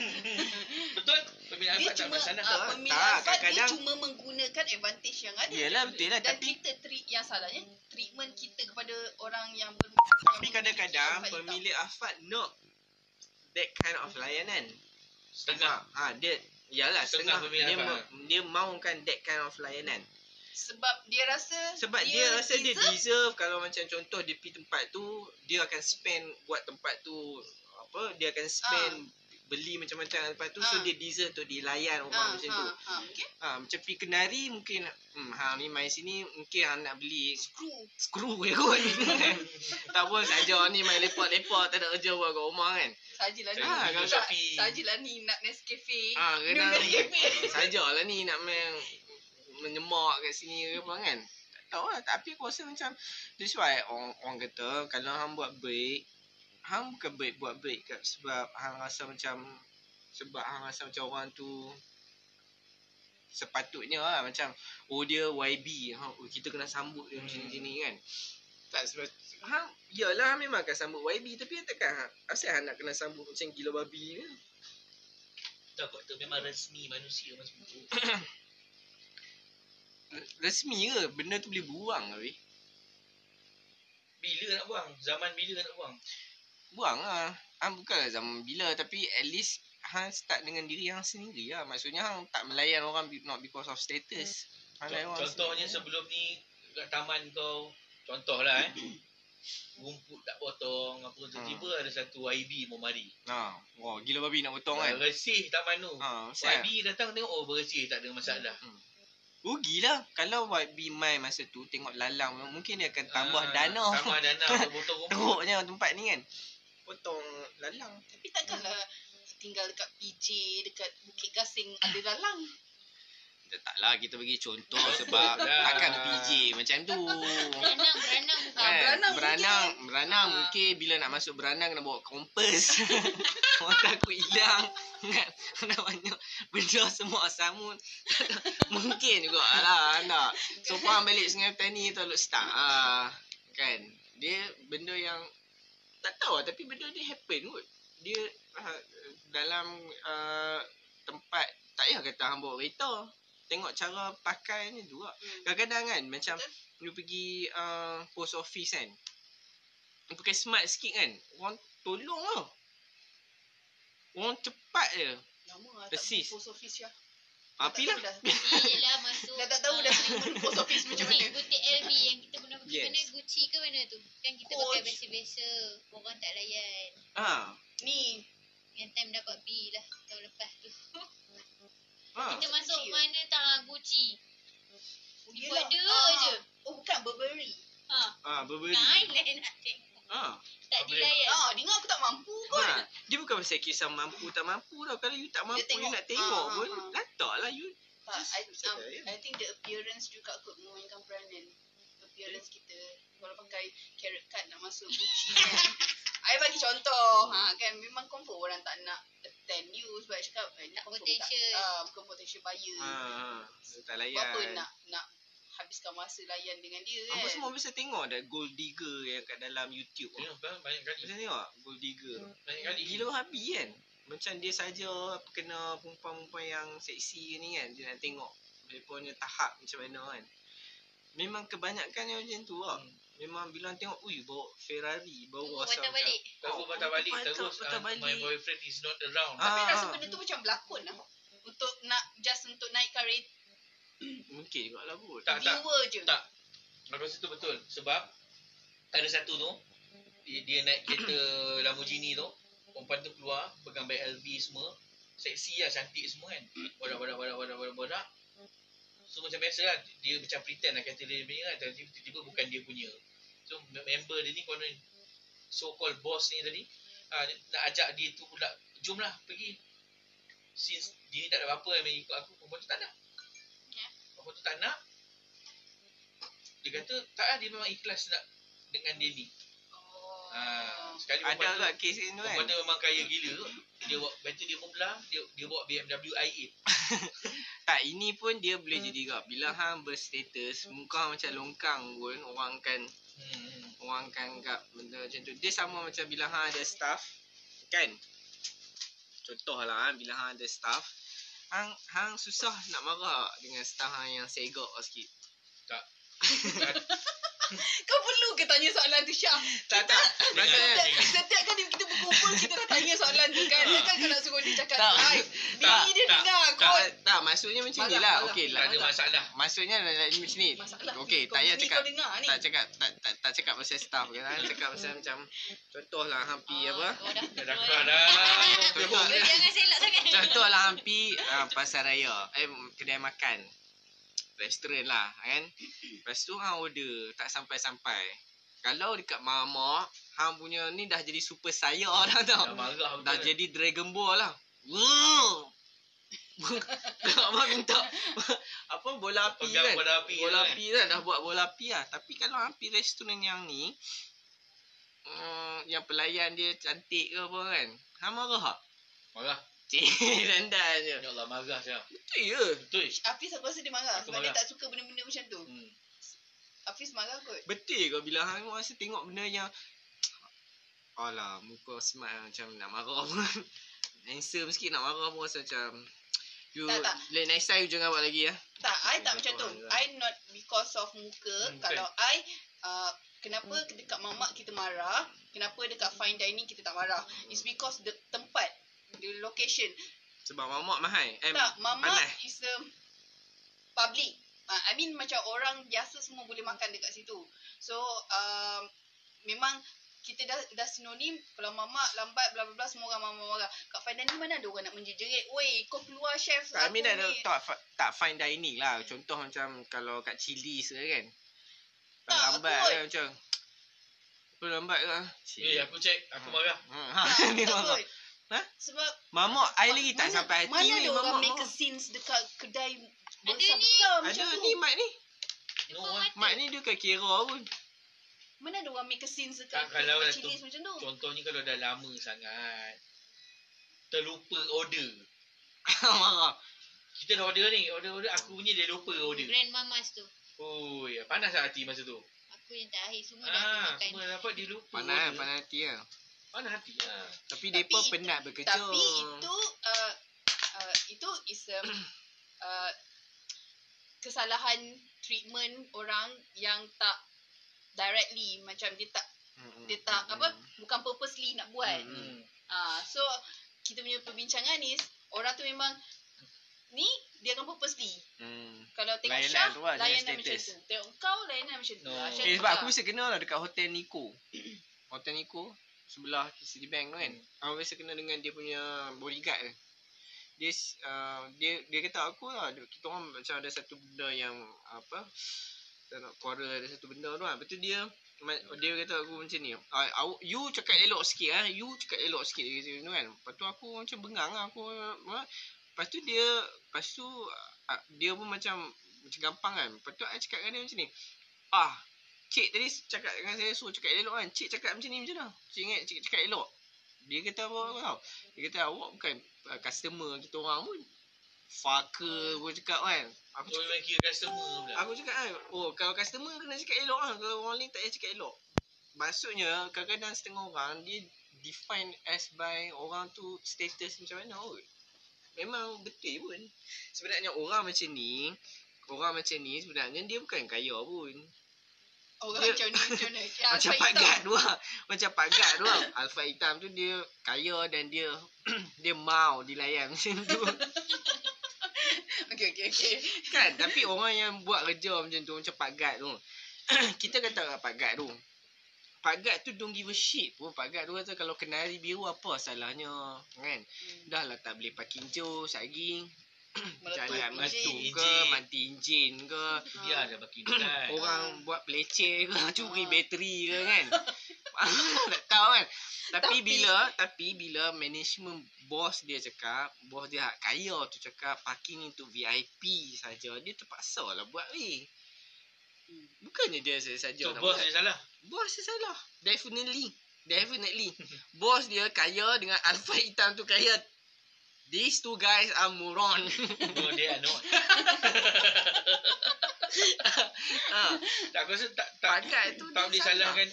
Speaker 5: betul? Pemilik
Speaker 7: Dia
Speaker 5: Alphard tak
Speaker 7: cuma
Speaker 5: pernah salah.
Speaker 8: ah,
Speaker 7: uh, pemilik
Speaker 4: lah. Tak,
Speaker 7: Alphard dia
Speaker 4: kadang-kadang-
Speaker 7: cuma menggunakan advantage yang ada.
Speaker 4: Yelah betul lah.
Speaker 7: Dan
Speaker 4: Tapi
Speaker 7: kita treat yang salahnya treatment kita kepada orang yang ber
Speaker 4: Tapi kadang-kadang pemilik afat no that kind of layanan.
Speaker 5: Setengah.
Speaker 4: Ha, ha dia Yalah,
Speaker 5: Setengah
Speaker 4: setengah,
Speaker 5: pemilik
Speaker 4: dia,
Speaker 5: Alphard.
Speaker 4: ma- dia mahukan that kind of layanan.
Speaker 7: sebab dia rasa
Speaker 4: Sebab dia, rasa dia
Speaker 7: deserve-
Speaker 4: deserve kalau macam contoh dia pergi tempat tu, dia akan spend buat tempat tu apa, dia akan spend beli macam-macam lepas tu so
Speaker 7: Ah.
Speaker 4: dia deserve tu dilayan orang
Speaker 7: Ah,
Speaker 4: macam
Speaker 7: ah,
Speaker 4: tu.
Speaker 7: ah, okay.
Speaker 4: Ha, macam pergi kenari mungkin hmm, ha ni main sini mungkin hang nak beli
Speaker 7: Screw.
Speaker 4: skru je (laughs) kot.
Speaker 7: (laughs)
Speaker 4: tak pun saja ni main lepak-lepak tak ada kerja buat kat rumah kan.
Speaker 7: Sajalah ni.
Speaker 4: Ah, kalau
Speaker 7: tak-
Speaker 5: shopping.
Speaker 7: Sajalah ni nak Nescafe.
Speaker 4: Ah,
Speaker 7: Minum
Speaker 4: kena
Speaker 7: Nescafe.
Speaker 4: sajalah ni nak main menyemak kat sini ke apa kan. Tak tahu lah. Tapi aku rasa macam that's why orang, orang kata kalau hang buat break, hang bukan break buat break kat sebab hang rasa macam sebab hang rasa macam orang tu sepatutnya lah macam oh dia YB ha, oh, kita kena sambut dia macam ni ni kan tak sebab hang yalah memang akan sambut YB tapi takkan hang asal hang nak kena sambut macam gila babi ke
Speaker 5: Tak kot, tu memang resmi manusia macam tu.
Speaker 4: Resmi ke? Benda tu boleh buang ke weh?
Speaker 5: Bila nak buang? Zaman bila nak buang?
Speaker 4: Buang lah. Hang bukanlah zaman bila tapi at least hang start dengan diri hang sendiri lah. Maksudnya hang tak melayan orang be- not because of status. Hang layan orang
Speaker 5: Hmm. Contohnya
Speaker 4: sendiri.
Speaker 5: sebelum ni kat taman kau contohlah eh rumput tak potong apa tu
Speaker 4: Hmm.
Speaker 5: tiba ada satu YB mau mari.
Speaker 4: Ha. Wah, gila babi nak potong kan.
Speaker 5: Bersih taman tu.
Speaker 4: Ha, siap.
Speaker 5: YB datang tengok oh bersih tak ada masalah.
Speaker 4: Rugilah. lah. Kalau YB main masa tu tengok lalang mungkin dia akan Hmm. tambah
Speaker 5: Ah,
Speaker 4: dana.
Speaker 5: Tambah dana untuk potong rumput.
Speaker 4: (laughs) Teruknya tempat ni kan. Potong lalang.
Speaker 7: Tapi
Speaker 8: lah
Speaker 7: takkanlah tinggal dekat PJ, dekat Bukit Gasing ada lalang.
Speaker 4: Taklah lah, kita bagi
Speaker 5: (laughs)
Speaker 4: contoh
Speaker 5: sebab takkan PJ
Speaker 4: macam tu.
Speaker 6: Beranang,
Speaker 8: (laughs)
Speaker 6: beranang.
Speaker 4: Kan?
Speaker 7: beranang
Speaker 4: Beranang beranang,
Speaker 7: mungkin.
Speaker 4: beranang
Speaker 7: Ah.
Speaker 4: mungkin bila nak masuk beranang kena bawa kompas. (laughs) Orang takut hilang. Kan? Kena banyak benda semua samun. (laughs) mungkin juga lah anda. So faham balik Sungai Petani Teluk Star. Ah, kan? Dia benda yang tak tahu lah tapi benda dia happen kot. Dia ah, dalam ah, tempat tak payah kata hang bawa kereta. Tengok cara pakai ni juga. Kadang-kadang kan macam you pergi uh, post office kan. You pakai smart sikit kan. Orang tolong lah. Orang cepat je.
Speaker 8: Lama lah tak pergi
Speaker 4: Assist.
Speaker 8: post office ya.
Speaker 4: Ha, pilah.
Speaker 8: Dah,
Speaker 6: Yelah lah, masuk
Speaker 8: dah tak tahu dah terima di post office macam mana.
Speaker 6: Butik, butik LV yang kita pernah pergi
Speaker 4: Yes.
Speaker 6: yes. mana Gucci ke mana tu Kan kita
Speaker 8: Oh,
Speaker 6: pakai
Speaker 8: Gucci.
Speaker 6: biasa-biasa Orang tak layan
Speaker 4: Ha.
Speaker 8: Ni.
Speaker 6: Yang time dapat B lah Tahun lepas tu
Speaker 4: Ha.
Speaker 6: Kita masuk
Speaker 8: Gucci ke?
Speaker 6: mana tak ah, Gucci Buat
Speaker 8: Yelah.
Speaker 6: dia
Speaker 8: Ah.
Speaker 6: je
Speaker 8: Oh bukan Burberry.
Speaker 6: ha,
Speaker 8: Ah.
Speaker 4: Ha, berberi.
Speaker 6: Lain-lain nak tengok
Speaker 4: Ha.
Speaker 6: Tak
Speaker 5: Boleh.
Speaker 6: dilayan
Speaker 8: Ah, dengar aku tak mampu kot.
Speaker 4: ha. Dia bukan pasal kisah mampu tak mampu tau. Kalau you tak mampu, you
Speaker 8: tengok.
Speaker 4: nak tengok
Speaker 8: Ah,
Speaker 4: pun,
Speaker 8: ah, ah.
Speaker 4: lantak lah you.
Speaker 8: Tak, I, um,
Speaker 4: sedap,
Speaker 8: I think the appearance juga kot memainkan peranan. Appearance kita. Kalau pakai carrot card nak masuk Gucci kan.
Speaker 6: (laughs)
Speaker 8: I bagi contoh. Ha, kan memang confirm orang tak nak attend you sebab I cakap eh, ni
Speaker 6: Tak
Speaker 8: confirm
Speaker 6: potential.
Speaker 8: tak, uh, bukan potential buyer.
Speaker 4: Ha. ha. Tak
Speaker 8: Buat
Speaker 4: layan.
Speaker 8: apa nak nak habiskan masa layan dengan dia kan.
Speaker 4: Apa semua biasa tengok dah gold digger yang kat dalam YouTube.
Speaker 5: Tengok bang, banyak kali.
Speaker 4: Biasa tengok gold digger.
Speaker 8: Hmm.
Speaker 5: Banyak kali.
Speaker 4: Gila habis kan. Macam dia saja kena perempuan-perempuan yang seksi ni kan. Dia nak tengok dia punya tahap macam mana kan. Memang kebanyakan yang macam tu lah.
Speaker 5: Hmm.
Speaker 4: Memang bila orang tengok, ui bawa Ferrari,
Speaker 6: Tunggu
Speaker 4: bawa
Speaker 6: patah balik
Speaker 5: Terus patah balik.
Speaker 4: Oh, Patah-
Speaker 5: Terus
Speaker 4: patah
Speaker 5: ah, my
Speaker 4: balik.
Speaker 5: boyfriend is not around.
Speaker 4: Ah,
Speaker 8: Tapi rasa
Speaker 4: ah.
Speaker 8: benda tu macam berlakon lah. Untuk nak just untuk naikkan rate
Speaker 4: Mungkin juga lah kot.
Speaker 5: Tak, tak.
Speaker 8: viewer je.
Speaker 5: Tak. Aku rasa tu betul. Sebab ada satu tu, dia, dia naik kereta (clears throat) Lamborghini tu, perempuan tu keluar, pegang bag LV semua, seksi lah, cantik semua kan. Borak-borak, borak-borak, borak-borak. So macam biasa lah, dia macam pretend lah kereta dia punya lah, tapi tiba-tiba bukan dia punya. So member dia ni konon so-called boss ni tadi, ha, dia nak ajak dia tu pula, jom lah pergi. Since dia ni tak ada apa-apa yang ikut aku, perempuan tu tak nak. Perempuan tu tak nak, dia kata tak lah dia memang ikhlas nak dengan dia ni.
Speaker 8: Oh.
Speaker 5: Ha, sekali
Speaker 4: Ada
Speaker 5: perempuan
Speaker 4: agak
Speaker 5: tu-
Speaker 4: kes ni tu
Speaker 5: Perempuan
Speaker 4: kan.
Speaker 5: tu memang kaya gila tu. Dia bawa betul dia mula, dia dia bawa BMW i8.
Speaker 4: Tak, ini pun dia boleh jadi juga. Bila hang berstatus, muka hang macam longkang pun, orang akan
Speaker 5: Hmm.
Speaker 4: orang akan anggap benda macam tu. Dia sama macam bila hang ada staff, kan? Contoh lah, hang, bila hang ada staff, hang hang susah nak marah dengan staff hang yang segak kau sikit.
Speaker 8: Kau perlu ke tanya soalan tu Syah?
Speaker 4: Tak, tak.
Speaker 8: Setiap,
Speaker 4: Maksudnya,
Speaker 8: setiap kali kita berkumpul kita dah tanya soalan tu kan. Kan kalau suruh dia cakap
Speaker 4: Tak.
Speaker 8: live.
Speaker 5: Tak,
Speaker 8: Bini dia
Speaker 5: tak,
Speaker 8: dengar
Speaker 4: tak,
Speaker 8: kau.
Speaker 4: tak, maksudnya macam ni
Speaker 8: Marah,
Speaker 4: lah.
Speaker 8: marah.
Speaker 4: Okey,
Speaker 5: Tak
Speaker 4: lah.
Speaker 5: ada masalah.
Speaker 4: Maksudnya lah, lah, macam ni.
Speaker 8: Eh, Masalah.
Speaker 4: Okey, tak payah
Speaker 8: Kau bini
Speaker 4: cakap.
Speaker 8: Kau dengar ni.
Speaker 4: Tak cakap tak tak, tak cakap pasal staff kan. Hang cakap pasal macam contohlah hampi apa?
Speaker 6: Oh dah
Speaker 5: Dah dah keluar dah.
Speaker 4: Contoh
Speaker 6: Eh, Jangan selak sangat
Speaker 4: Contoh lah hampi uh, pasar raya. Eh kedai makan. Restoran lah kan. Lepas tu hang order tak sampai-sampai. Kalau dekat mama, hang punya ni dah jadi super saya (laughs) dah tau.
Speaker 5: Dah marah kan.
Speaker 4: Dah
Speaker 5: betul.
Speaker 4: jadi Dragon Ball lah. Wow. (laughs) Abang minta (laughs) apa bola api
Speaker 5: Pegang
Speaker 4: kan.
Speaker 5: bola api
Speaker 4: bola
Speaker 5: kan.
Speaker 4: api lah dah buat bola api lah. Tapi kalau api restoran yang ni mm, yang pelayan dia cantik ke apa kan. Ha marah tak?
Speaker 5: Marah.
Speaker 4: Cik,
Speaker 8: (laughs)
Speaker 4: dandan je.
Speaker 5: Ya Allah marah saya.
Speaker 4: Betul ya. je.
Speaker 5: Betul.
Speaker 8: Hafiz aku rasa dia marah
Speaker 5: Aku
Speaker 8: sebab dia
Speaker 5: marah.
Speaker 8: tak suka benda-benda macam tu.
Speaker 5: Hmm.
Speaker 8: Hafiz marah kot.
Speaker 4: Betul ke bila hang rasa tengok benda yang Alah, muka smart lah, macam nak marah pun. (laughs) Handsome sikit nak marah pun rasa macam You,
Speaker 8: Tak, tak.
Speaker 4: lain next time you jangan buat lagi lah.
Speaker 8: Tak, I
Speaker 4: Betul
Speaker 8: tak macam tu.
Speaker 4: juga.
Speaker 8: I not because of muka.
Speaker 5: Hmm,
Speaker 8: Kalau I uh, kenapa dekat mamak kita marah, kenapa dekat fine dining kita tak marah. It's because the tempat, the location.
Speaker 4: Sebab mamak mahal. Eh,
Speaker 8: Tak, mamak
Speaker 4: panas.
Speaker 8: is a public. Uh, I mean macam orang biasa semua boleh makan dekat situ. So, um, memang kita dah dah sinonim kalau mamak lambat bla bla bla semua orang mamak marah. Kat fine dining mana ada orang nak menjerit. Woi, kau keluar chef.
Speaker 4: Tak, I mean tak,
Speaker 8: Aku ni."
Speaker 4: tak, fi- tak fine dining lah. Contoh macam kalau kat Chili ke kan. Tak
Speaker 8: Tak,
Speaker 4: lambat
Speaker 8: kot.
Speaker 4: kan macam. Apa lambat lah.
Speaker 5: Eh aku cek, aku marah.
Speaker 4: Hmm, (laughs)
Speaker 8: Tak,
Speaker 4: ha, ni
Speaker 8: tak
Speaker 4: mamak.
Speaker 8: kot.
Speaker 4: Ha?
Speaker 8: Ah, Sebab
Speaker 4: Mamak, I lagi tak
Speaker 8: mana-
Speaker 4: sampai hati
Speaker 8: Mana
Speaker 4: ni.
Speaker 8: ada orang
Speaker 4: mamak,
Speaker 8: make a
Speaker 4: mamak.
Speaker 8: scenes dekat kedai
Speaker 6: Ada
Speaker 8: besar-besar
Speaker 4: Ada
Speaker 8: macam tu.
Speaker 4: ni mic ni.
Speaker 5: No ah.
Speaker 4: Mic ni dia kat Kira pun.
Speaker 8: Mana ada orang make a scenes dekat
Speaker 5: Tak, kalau
Speaker 8: kedai
Speaker 5: lah tu.
Speaker 8: chilis macam tu.
Speaker 5: Contohnya kalau dah lama sangat terlupa order.
Speaker 4: (laughs) marah.
Speaker 5: Kita dah order ni, order-order aku punya dia lupa order.
Speaker 6: Grand mamas tu
Speaker 5: Oi, panas lah hati masa tu.
Speaker 6: Aku yang tak akhir Semua dah
Speaker 5: Ah,
Speaker 6: aku
Speaker 5: semua
Speaker 6: makan
Speaker 5: dapat dia lupa.
Speaker 4: Panas kan,
Speaker 5: order.
Speaker 4: panas hati lah.
Speaker 5: Panas hati lah.
Speaker 4: Tapi,
Speaker 8: Oh, Tapi
Speaker 4: mereka
Speaker 8: itu-
Speaker 4: penat bekerja.
Speaker 8: Tapi itu uh, uh, itu is
Speaker 4: (coughs)
Speaker 8: a uh, kesalahan treatment orang yang tak directly macam dia tak
Speaker 4: Hmm,
Speaker 8: dia
Speaker 4: hmm,
Speaker 8: tak
Speaker 4: hmm,
Speaker 8: apa
Speaker 4: hmm.
Speaker 8: bukan purposely nak buat.
Speaker 4: Hmm.
Speaker 8: Ah so kita punya perbincangan ni orang tu memang ni dia akan purposely.
Speaker 4: Hmm.
Speaker 8: Kalau tengok
Speaker 4: Layanan
Speaker 8: Syah,
Speaker 4: tu lah, dia
Speaker 8: layanan macam
Speaker 4: status.
Speaker 8: tu.
Speaker 7: Tengok kau layanan macam tu.
Speaker 5: No.
Speaker 7: Ah, macam
Speaker 4: Eh,
Speaker 7: tu
Speaker 4: sebab
Speaker 7: lah.
Speaker 4: aku biasa kena lah dekat Hotel Nico. Hotel Nico, sebelah Citibank tu kan. Aku biasa kena dengan dia punya bodyguard tu. Dia, s- uh, dia, dia kata aku lah, dia- kita orang macam ada satu benda yang apa, tak nak quarrel ada satu benda tu lah. Lepas tu dia, ma- dia kata aku macam ni, "Ah, awak- you cakap elok sikit eh, you cakap elok sikit dia kata macam tu kan. Lepas tu aku macam bengang lah, aku, ah. lepas tu dia, lepas tu ah, dia pun macam, macam gampang kan. Lepas tu aku cakap dengan dia macam ni, ah, Cik tadi cakap dengan saya suruh cakap elok kan. Cik cakap macam ni macam mana? Cik ingat cik cakap elok. Dia kata apa kau tahu? Dia kata awak bukan uh, customer kita orang pun. Fucker aku cakap kan. Aku cakap,
Speaker 5: Kau Oh, memang kira customer pula.
Speaker 4: aku cakap kan. Oh kalau customer kena cakap elok lah. Kalau orang lain tak payah cakap elok. Maksudnya kadang-kadang setengah orang dia define as by orang tu status macam mana kot. Memang betul pun. Sebenarnya orang macam ni, orang macam ni sebenarnya dia bukan kaya pun.
Speaker 8: Orang
Speaker 4: Dia-
Speaker 8: macam ni macam
Speaker 5: (laughs)
Speaker 8: ni. Ya,
Speaker 4: Macam
Speaker 8: saya
Speaker 4: Pak
Speaker 8: tahu.
Speaker 5: kan?
Speaker 8: (laughs)
Speaker 4: Gad tu lah. Macam Pak Gad tu lah. Alfa Hitam tu dia kaya dan dia (clears throat) dia mau dilayan macam tu.
Speaker 8: Okey okey okey.
Speaker 4: kan? Tapi orang yang buat kerja macam tu macam Pak Gad tu. (clears throat) Kita kata kat Pak Gad tu. Pak Gad tu don't give a shit pun. Pak Gad tu kata kalau kenari biru apa salahnya. Kan? Dah lah tak boleh parking jauh lagi. Jalan
Speaker 8: Meletup
Speaker 4: meletup
Speaker 5: enjin.
Speaker 4: ke, mati enjin ke.
Speaker 5: Dia kan. ada bagi dekat.
Speaker 4: Orang buat peleceh ke (laughs) Curi
Speaker 8: Ah.
Speaker 4: bateri ke kan Tak tahu kan tapi, bila Tapi bila management Bos dia cakap Bos dia hak kaya tu cakap Parking itu VIP saja Dia terpaksa lah buat weh Bukannya dia saja lah
Speaker 5: So bos dia salah.
Speaker 4: Bos dia salah Definitely Definitely (laughs) Bos dia kaya Dengan Alfa Hitam tu kaya These two guys are moron (laughs)
Speaker 5: No, they are not.
Speaker 4: ha.
Speaker 5: Tak, aku rasa tak tak
Speaker 4: Pagat tu dia
Speaker 5: tak boleh
Speaker 4: salah.
Speaker 5: salahkan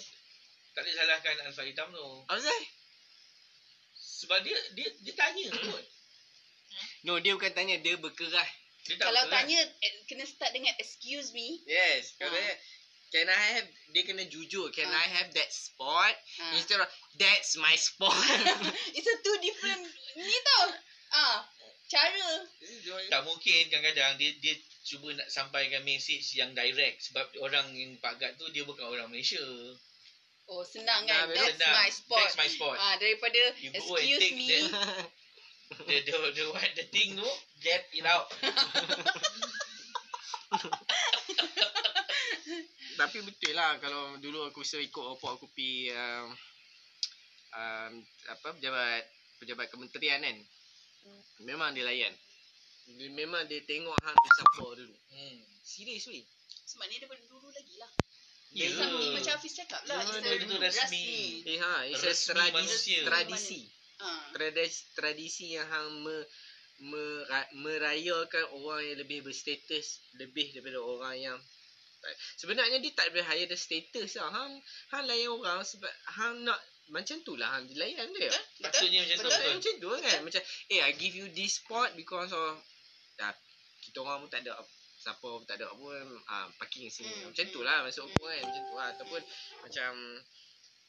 Speaker 5: tak boleh salahkan Alfa Hitam tu.
Speaker 4: Apa
Speaker 5: Sebab dia dia dia tanya kot.
Speaker 4: No dia bukan tanya Dia berkeras
Speaker 5: Dia tak
Speaker 8: Kalau
Speaker 5: betul kan?
Speaker 8: tanya eh, kena start dengan excuse me.
Speaker 4: Yes,
Speaker 8: Ha.
Speaker 4: katanya can I have dia kena jujur. Can
Speaker 8: Ha.
Speaker 4: I have that spot?
Speaker 8: Ha.
Speaker 4: Instead of that's my (laughs) spot.
Speaker 8: It's a two different ni tau. Ah, cara
Speaker 5: tak mungkin kadang-kadang dia dia cuba nak sampaikan message yang direct sebab orang yang pagat tu dia bukan orang Malaysia.
Speaker 8: Oh senang
Speaker 4: Dah,
Speaker 8: kan That's
Speaker 5: Senang.
Speaker 8: my spot
Speaker 5: That's my spot.
Speaker 8: Ah Daripada
Speaker 5: You go and
Speaker 8: Excuse
Speaker 5: take
Speaker 8: me
Speaker 5: that. The the the what the thing tu get it out.
Speaker 4: (laughs) Tapi betul lah kalau dulu aku selalu ikut opak aku pergi um, um, apa pejabat pejabat kementerian kan. Memang dia layan. Dia, memang dia tengok hang tu siapa dulu.
Speaker 5: Hmm.
Speaker 4: Serius weh.
Speaker 7: Sebab ni daripada dulu lagi lah.
Speaker 5: Ya.
Speaker 8: Something macam Hafiz cakap lah
Speaker 4: Ya,
Speaker 8: It's
Speaker 4: dia
Speaker 8: a
Speaker 5: tu resmi.
Speaker 4: Eh ha, it's a
Speaker 5: Resmi
Speaker 4: tradisi,
Speaker 5: manusia.
Speaker 4: tradisi.
Speaker 8: Ah.
Speaker 4: tradisi tradisi yang hang me, mera- merayakan orang yang lebih berstatus lebih daripada orang yang sebenarnya dia tak berhaya the status lah. Hang hang layan orang sebab hang nak macam tu lah hang layan dia.
Speaker 8: Betul Betul
Speaker 5: Maksudnya macam tu.
Speaker 8: Betul.
Speaker 5: betul.
Speaker 4: Macam tu kan. Macam eh I give you this spot because of dah kita orang pun tak ada ap- siapa pun tak ada pun ah, parking sini.
Speaker 8: Hmm,
Speaker 4: Macam tu lah maksud aku kan. Macam tu lah. Ataupun macam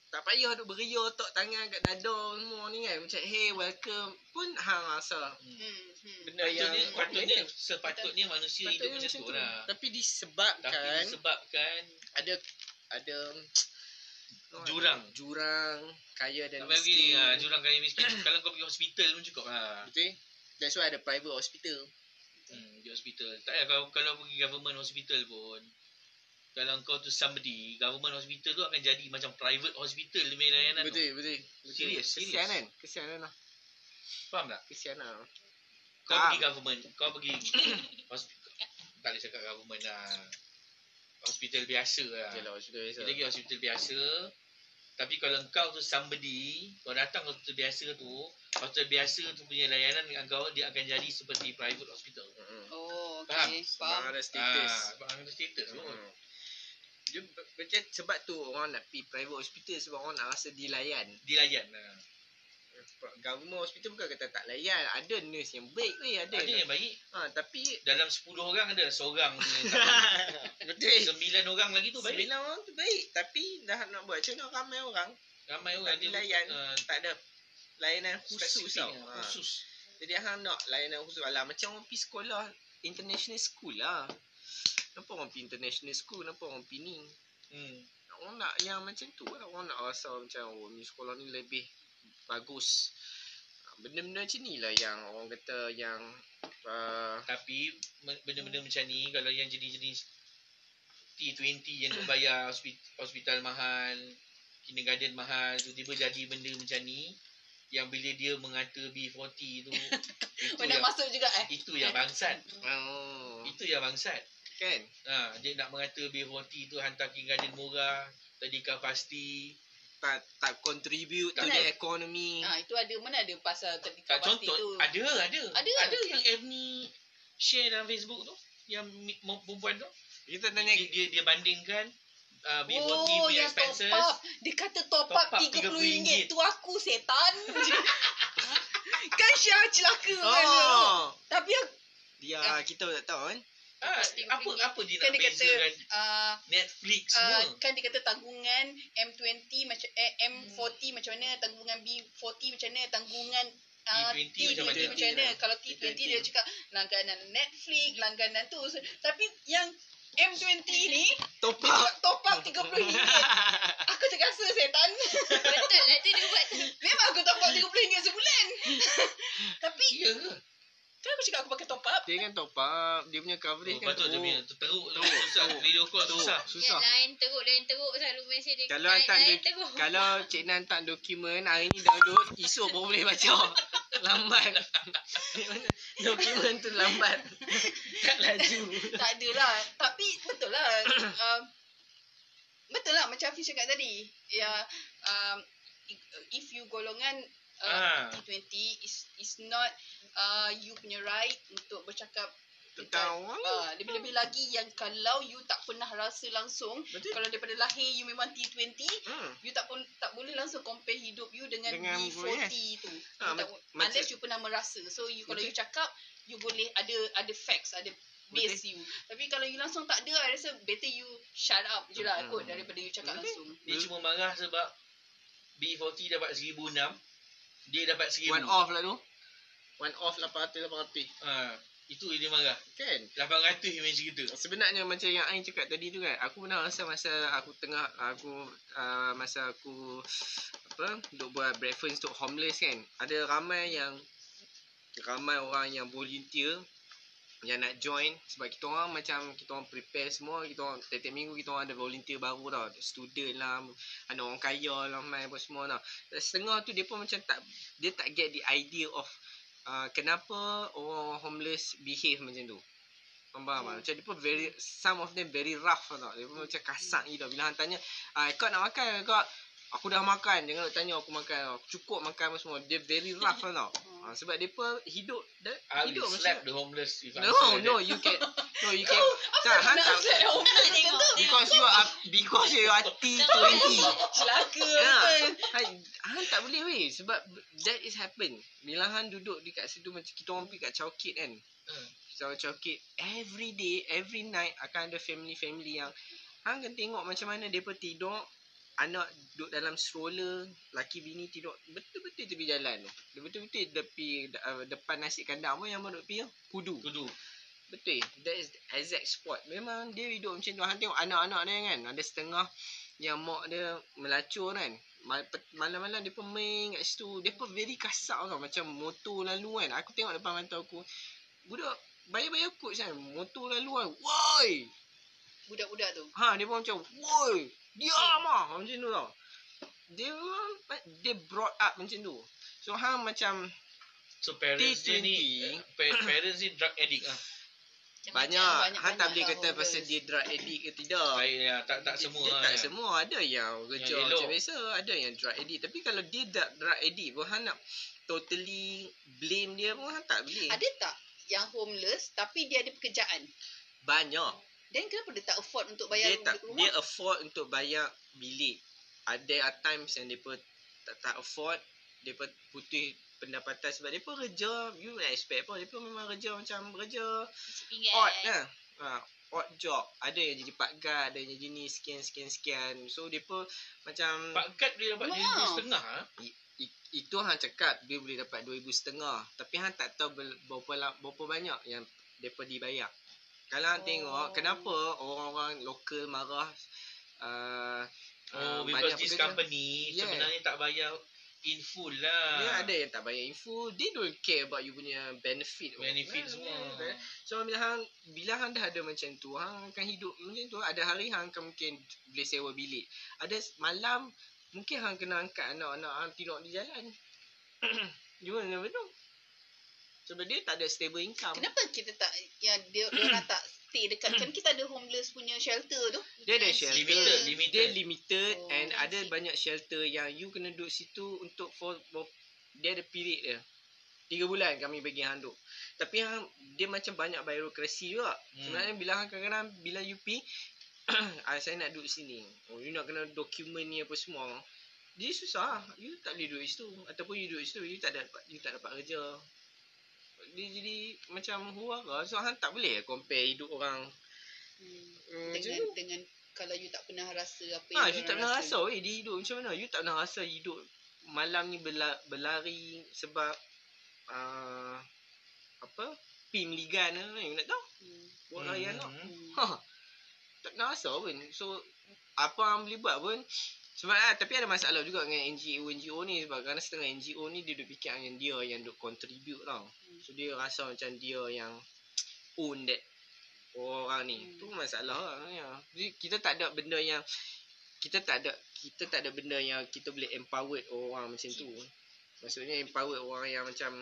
Speaker 4: tak payah duk beria tok tangan kat dada semua ni kan. Macam hey welcome pun hang rasa
Speaker 8: Hmm, hmm.
Speaker 4: benda yang
Speaker 5: Patutnya, patutnya
Speaker 4: Patutnya
Speaker 5: sepatutnya manusia hidup macam tu lah.
Speaker 4: Tapi
Speaker 5: Tapi
Speaker 4: disebabkan
Speaker 5: disebabkan
Speaker 4: ada ada
Speaker 5: Jurang.
Speaker 4: Jurang kaya dan
Speaker 5: sampai begini ah, jurang kaya miskin. (coughs) Kalau kau pergi hospital pun cukup lah.
Speaker 4: Betul? That's why ada private hospital.
Speaker 5: Hmm, di hospital. Tak payah kalau, kalau pergi government hospital pun. Kalau kau tu somebody, government hospital tu akan jadi macam private hospital dia punya layanan tu.
Speaker 4: Betul, betul. betul.
Speaker 5: Serius, serius.
Speaker 4: Kesian kan? Kesian kan lah.
Speaker 5: Faham tak?
Speaker 4: Kesian lah.
Speaker 5: Kau
Speaker 4: Faham.
Speaker 5: pergi government, kau (coughs) pergi hospital. Tak boleh cakap government lah. Hospital biasa lah.
Speaker 4: Okey lah, hospital biasa.
Speaker 5: Kita pergi hospital biasa. Tapi kalau kau tu somebody, kau datang hospital biasa tu, hospital biasa tu punya layanan dengan kau, dia akan jadi seperti private hospital.
Speaker 4: Mm-mm.
Speaker 8: Oh
Speaker 5: Faham.
Speaker 8: okay
Speaker 4: Sebab
Speaker 8: Faham
Speaker 4: ada
Speaker 5: Status.
Speaker 4: status.
Speaker 5: Ah, sebab ada status tu.
Speaker 4: Mm. Dia b- macam sebab tu orang nak pergi private hospital sebab orang nak rasa dilayan.
Speaker 5: Dilayan lah.
Speaker 4: Government hospital bukan kata tak layan. Ada nurse yang baik weh, ada.
Speaker 5: Ada yang baik,
Speaker 4: Ha, (laughs) tapi
Speaker 5: dalam 10 orang ada seorang
Speaker 4: (laughs)
Speaker 5: punya tak baik.
Speaker 4: betul.
Speaker 5: Sembilan orang lagi tu baik.
Speaker 4: Sembilan orang tu baik tapi dah nak buat macam mana ramai orang
Speaker 5: Ramai orang
Speaker 4: Tak dilayan.
Speaker 5: Uh,
Speaker 4: tak ada layanan khusus
Speaker 5: Spesifik
Speaker 4: tau.
Speaker 5: lah,
Speaker 4: Ha.
Speaker 5: Khusus.
Speaker 4: Jadi hang nak layanan khusus Alah macam orang pergi sekolah International school lah Kenapa orang pergi international school Kenapa orang pergi ni Ah.
Speaker 5: Hmm.
Speaker 4: Orang nak yang macam tu lah Orang nak rasa macam Oh ni sekolah ni lebih Bagus Ah, Benda-benda macam ni lah yang Orang kata yang uh,
Speaker 5: Tapi me- benda-benda macam ni kalau yang jenis-jenis T20 yang nak bayar hospital, hospital mahal, kindergarten mahal, tiba-tiba jadi benda macam ni yang bila dia mengata B40
Speaker 8: (laughs)
Speaker 5: tu itu
Speaker 8: Oh, nak
Speaker 5: yang,
Speaker 8: masuk juga eh.
Speaker 5: itu yang bangsat.
Speaker 4: oh,
Speaker 5: Itu yang bangsat.
Speaker 4: Kan
Speaker 5: Ha, dia nak mengata B40 tu hantar kindergarten murah, tadika pasti.
Speaker 4: Tak, tak contribute To
Speaker 5: Tak
Speaker 4: the
Speaker 5: ada.
Speaker 4: economy
Speaker 8: Ha, itu ada mana ada pasal terdikah
Speaker 5: Tak
Speaker 8: pasti
Speaker 5: Hmm. contoh,
Speaker 8: tu.
Speaker 5: ada, ada.
Speaker 8: Ada.
Speaker 5: Ada yang Evni share dalam Facebook tu, yang ni- perempuan tu.
Speaker 4: Kita
Speaker 5: Dan
Speaker 4: tanya
Speaker 5: dia, dia, dia bandingkan uh, B40
Speaker 8: Oh,
Speaker 5: punya
Speaker 8: yang top
Speaker 5: expenses.
Speaker 8: up. Dia kata top,
Speaker 5: Top
Speaker 8: up
Speaker 5: up
Speaker 8: RM30.
Speaker 5: RM30.
Speaker 8: Tu aku
Speaker 5: (laughs)
Speaker 8: setan. kan Syah celaka oh. kan. dia.
Speaker 4: Oh
Speaker 8: Tapi aku,
Speaker 4: Dia kita tak tahu kan
Speaker 5: Ah,
Speaker 8: RM30.
Speaker 5: apa apa dia
Speaker 8: kan
Speaker 5: nak
Speaker 8: dia kata
Speaker 5: bezakan
Speaker 8: uh,
Speaker 5: Netflix
Speaker 8: uh,
Speaker 5: semua.
Speaker 8: kan dia kata tanggungan M20 macam eh, M40
Speaker 5: Hmm.
Speaker 8: macam mana, tanggungan B40 macam mana, tanggungan Uh,
Speaker 5: T20
Speaker 8: T20
Speaker 5: macam
Speaker 8: macam,
Speaker 5: mana?
Speaker 8: mana Kalau T20, dia
Speaker 4: T20.
Speaker 8: cakap Langganan Netflix Langganan tu So, Tapi yang M20 ni
Speaker 4: Top up
Speaker 8: Dia cakap top
Speaker 4: (laughs)
Speaker 8: up RM30 Aku terasa setan (laughs)
Speaker 7: Betul lah tu dia buat tu.
Speaker 8: Memang aku top up RM30 sebulan (laughs) Tapi
Speaker 5: Ya ke?
Speaker 8: Kan aku cakap aku pakai top up
Speaker 4: Dia kan top up Dia punya coverage
Speaker 5: Oh,
Speaker 4: kan
Speaker 5: patut dia
Speaker 4: teruk.
Speaker 5: punya teruk tu susah video call
Speaker 4: Teruk.
Speaker 5: (laughs) susah.
Speaker 4: Susah
Speaker 7: Yang lain teruk, lain teruk selalu mesej dia.
Speaker 4: Kalau
Speaker 7: lain,
Speaker 4: hantar
Speaker 7: lain
Speaker 4: dia-
Speaker 7: teruk.
Speaker 6: (laughs)
Speaker 4: Kalau Cik Nan hantar dokumen, hari ni download, esok baru boleh baca.
Speaker 5: (laughs)
Speaker 4: Lambat. (laughs) dokumen tu lambat. Tak laju.
Speaker 8: Tak adalah Tapi betul
Speaker 4: (coughs)
Speaker 8: lah um, Betul lah Macam Hafiz cakap tadi Ya um, i- If you golongan
Speaker 5: Ah.
Speaker 8: uh, T20 is, is not uh, You punya right Untuk bercakap
Speaker 4: Tentang orang lain.
Speaker 8: uh, Lebih-lebih lagi Yang kalau you tak pernah rasa langsung
Speaker 4: Betul.
Speaker 8: Kalau daripada lahir You memang T20
Speaker 4: Hmm.
Speaker 8: You tak pun tak boleh langsung compare hidup you dengan,
Speaker 4: Dengan
Speaker 8: dengan B40 tu.
Speaker 4: Ah,
Speaker 8: Ha,
Speaker 4: mac-
Speaker 8: tak, bo-
Speaker 4: macam-
Speaker 8: unless you pernah merasa. So you kalau you cakap, you boleh ada ada facts, ada base you. Tapi kalau you langsung tak ada, I rasa better you shut up je lah
Speaker 4: Hmm.
Speaker 8: kot daripada you cakap
Speaker 4: Betul.
Speaker 8: langsung.
Speaker 5: Dia cuma marah sebab B40 dapat 1006, dia dapat 1000.
Speaker 4: One off lah tu. One off 800-800.
Speaker 5: Ha, itu dia marah.
Speaker 4: Kan?
Speaker 5: 800 image kita.
Speaker 4: Sebenarnya macam yang Ain cakap tadi tu kan Aku pernah rasa masa aku tengah Aku uh, Masa aku Apa Duk buat breakfast untuk homeless kan Ada ramai yang Ramai orang yang volunteer Yang nak join Sebab kita orang macam Kita orang prepare semua Kita orang Tiap-tiap minggu kita orang ada volunteer baru tau Student lah Ada orang kaya lah Ramai apa semua tau Dan Setengah tu dia pun macam tak Dia tak get the idea of uh, Kenapa orang homeless behave macam tu Faham faham tak? Macam dia pun very Some of them very rough tau Dia pun macam kasar gila Bila hang tanya ah, Kau nak makan ke kau Aku dah makan Jangan nak tanya aku makan Aku cukup makan apa semua Dia very rough tau ah, Sebab dia pun hidup dia,
Speaker 5: I will
Speaker 4: Hidup
Speaker 5: Ah, slap the homeless if I
Speaker 4: No
Speaker 5: answer like
Speaker 4: no
Speaker 5: that.
Speaker 4: you can No you can Tak hang tak Because you are Because you are
Speaker 5: (laughs)
Speaker 4: T20
Speaker 8: Celaka
Speaker 4: Ya.
Speaker 8: betul.
Speaker 4: Han, han tak boleh weh sebab that is happen. Bila han duduk dekat situ macam kita orang pergi kat Chowkit kan.
Speaker 5: Hmm.
Speaker 4: So Chowkit every day, every night akan ada family-family yang hang kan tengok macam mana depa tidur anak duduk dalam stroller, laki bini tidur betul-betul tepi jalan tu. Dia Betul-betul tepi uh, depan nasi kandang pun yang menurut pi kudu.
Speaker 5: Kudu.
Speaker 4: Betul. That is the exact spot. Memang dia hidup macam tu. Hang tengok anak-anak dia kan. Ada setengah yang mak dia melacur kan. Mal- pe- Malam-malam dia pun main kat situ. Dia pun very kasar tau. Macam motor lalu kan. Aku tengok depan mata aku. Budak bayar-bayar kot kan. Motor lalu kan. Woi!
Speaker 8: Budak-budak tu.
Speaker 4: Ha, dia pun macam, woi, diam ah. Macam tu tau. Dia memang, dia brought up macam tu. So, hang macam
Speaker 5: So parents dia ni
Speaker 4: T20.
Speaker 5: pa- parents ni drug addict ah.
Speaker 4: banyak.
Speaker 8: banyak-
Speaker 4: Hang tak
Speaker 8: banyak
Speaker 4: boleh
Speaker 8: lah
Speaker 4: kata pasal
Speaker 8: homeless.
Speaker 4: dia drug addict ke tidak.
Speaker 5: Baik ya, tak tak semua
Speaker 4: dia
Speaker 5: lah,
Speaker 4: tak
Speaker 5: kan.
Speaker 4: semua ada yang kerja
Speaker 5: elok.
Speaker 4: macam biasa ada yang drug addict tapi kalau dia drug, drug addict pun hang nak totally blame dia pun hang tak boleh
Speaker 8: Ada tak yang homeless tapi dia ada pekerjaan?
Speaker 4: banyak
Speaker 8: Then kenapa dia tak afford untuk
Speaker 4: dia
Speaker 8: bayar
Speaker 4: tak
Speaker 8: rumah?
Speaker 4: dia afford untuk bayar bilik ada are times yang depa tak, tak afford depa putih pendapatan sebab depa kerja you nak expect apa depa memang kerja macam kerja
Speaker 6: eh.
Speaker 5: eh.
Speaker 7: Pinggan.
Speaker 4: odd lah ha, odd job. Ada yang jadi part guard, ada yang jadi ni sekian sekian sekian. So depa macam
Speaker 5: Pak Kat dia dapat dia
Speaker 8: Wow.
Speaker 5: setengah ah.
Speaker 4: I, itu hang cakap dia boleh dapat 2000 setengah tapi hang tak tahu ber- berapa la- berapa banyak yang depa dibayar. Kalau hang
Speaker 8: Oh.
Speaker 4: oh. tengok kenapa orang-orang lokal marah uh,
Speaker 5: Oh, because this company
Speaker 4: Yeah.
Speaker 5: sebenarnya tak bayar in full lah.
Speaker 4: dia Ya, ada yang tak bayar info, they don't care about you punya benefit.
Speaker 5: benefit
Speaker 4: Yeah,
Speaker 5: semua.
Speaker 4: yeah. So bila hang bila hang dah ada macam tu, hang akan hidup macam tu. Ada hari hang akan mungkin boleh sewa bilik. Ada s- malam mungkin hang kena angkat anak-anak hang tidur di jalan. (clears throat) you will never know. Sebab dia tak ada stable income.
Speaker 8: Kenapa kita tak ya dia
Speaker 4: (clears throat)
Speaker 8: orang tak stay dekat kan kita ada homeless punya shelter tu.
Speaker 4: Dia ada
Speaker 8: Kan
Speaker 4: shelter.
Speaker 5: Limited,
Speaker 8: kita-
Speaker 5: limited.
Speaker 4: Dia limited
Speaker 8: Oh,
Speaker 4: oh, and
Speaker 8: I
Speaker 4: ada
Speaker 8: see.
Speaker 4: banyak shelter yang you kena duduk situ untuk for, for dia ada period dia. Tiga bulan kami bagi hang duduk. Tapi hang dia macam banyak birokrasi juga.
Speaker 5: Hmm.
Speaker 4: Hmm. Sebenarnya bila hang kadang-kadang bila you pi (clears throat) ah, saya nak duduk sini. Oh, you nak kena dokumen ni apa semua. Dia susah. You tak boleh duduk situ ataupun you duduk situ you tak dapat you tak dapat kerja. Dia jadi macam huara. So hang tak boleh compare hidup orang
Speaker 8: Hmm.
Speaker 4: hmm, macam
Speaker 8: Dengan
Speaker 4: tu.
Speaker 8: dengan kalau you tak pernah rasa apa
Speaker 4: Ah, you
Speaker 8: yang orang
Speaker 4: tak pernah rasa weh dia hidup macam mana? You tak pernah rasa hidup malam ni berla- berlari sebab uh, apa? Pim ligan ke, you nak tahu?
Speaker 8: Hmm.
Speaker 4: Buat hmm. raya nak.
Speaker 5: Hmm.
Speaker 4: Ha. Tak pernah rasa pun. So apa yang boleh buat pun sebab ah, tapi ada masalah juga dengan NGO NGO ni sebab kerana setengah NGO ni dia duk fikir yang dia yang duk contribute tau. So dia rasa macam dia yang own that orang ni.
Speaker 8: Hmm.
Speaker 4: Tu masalah lah. Ya. Jadi kita tak ada benda yang kita tak ada kita tak ada benda yang kita boleh empower orang macam tu. Maksudnya empower orang yang macam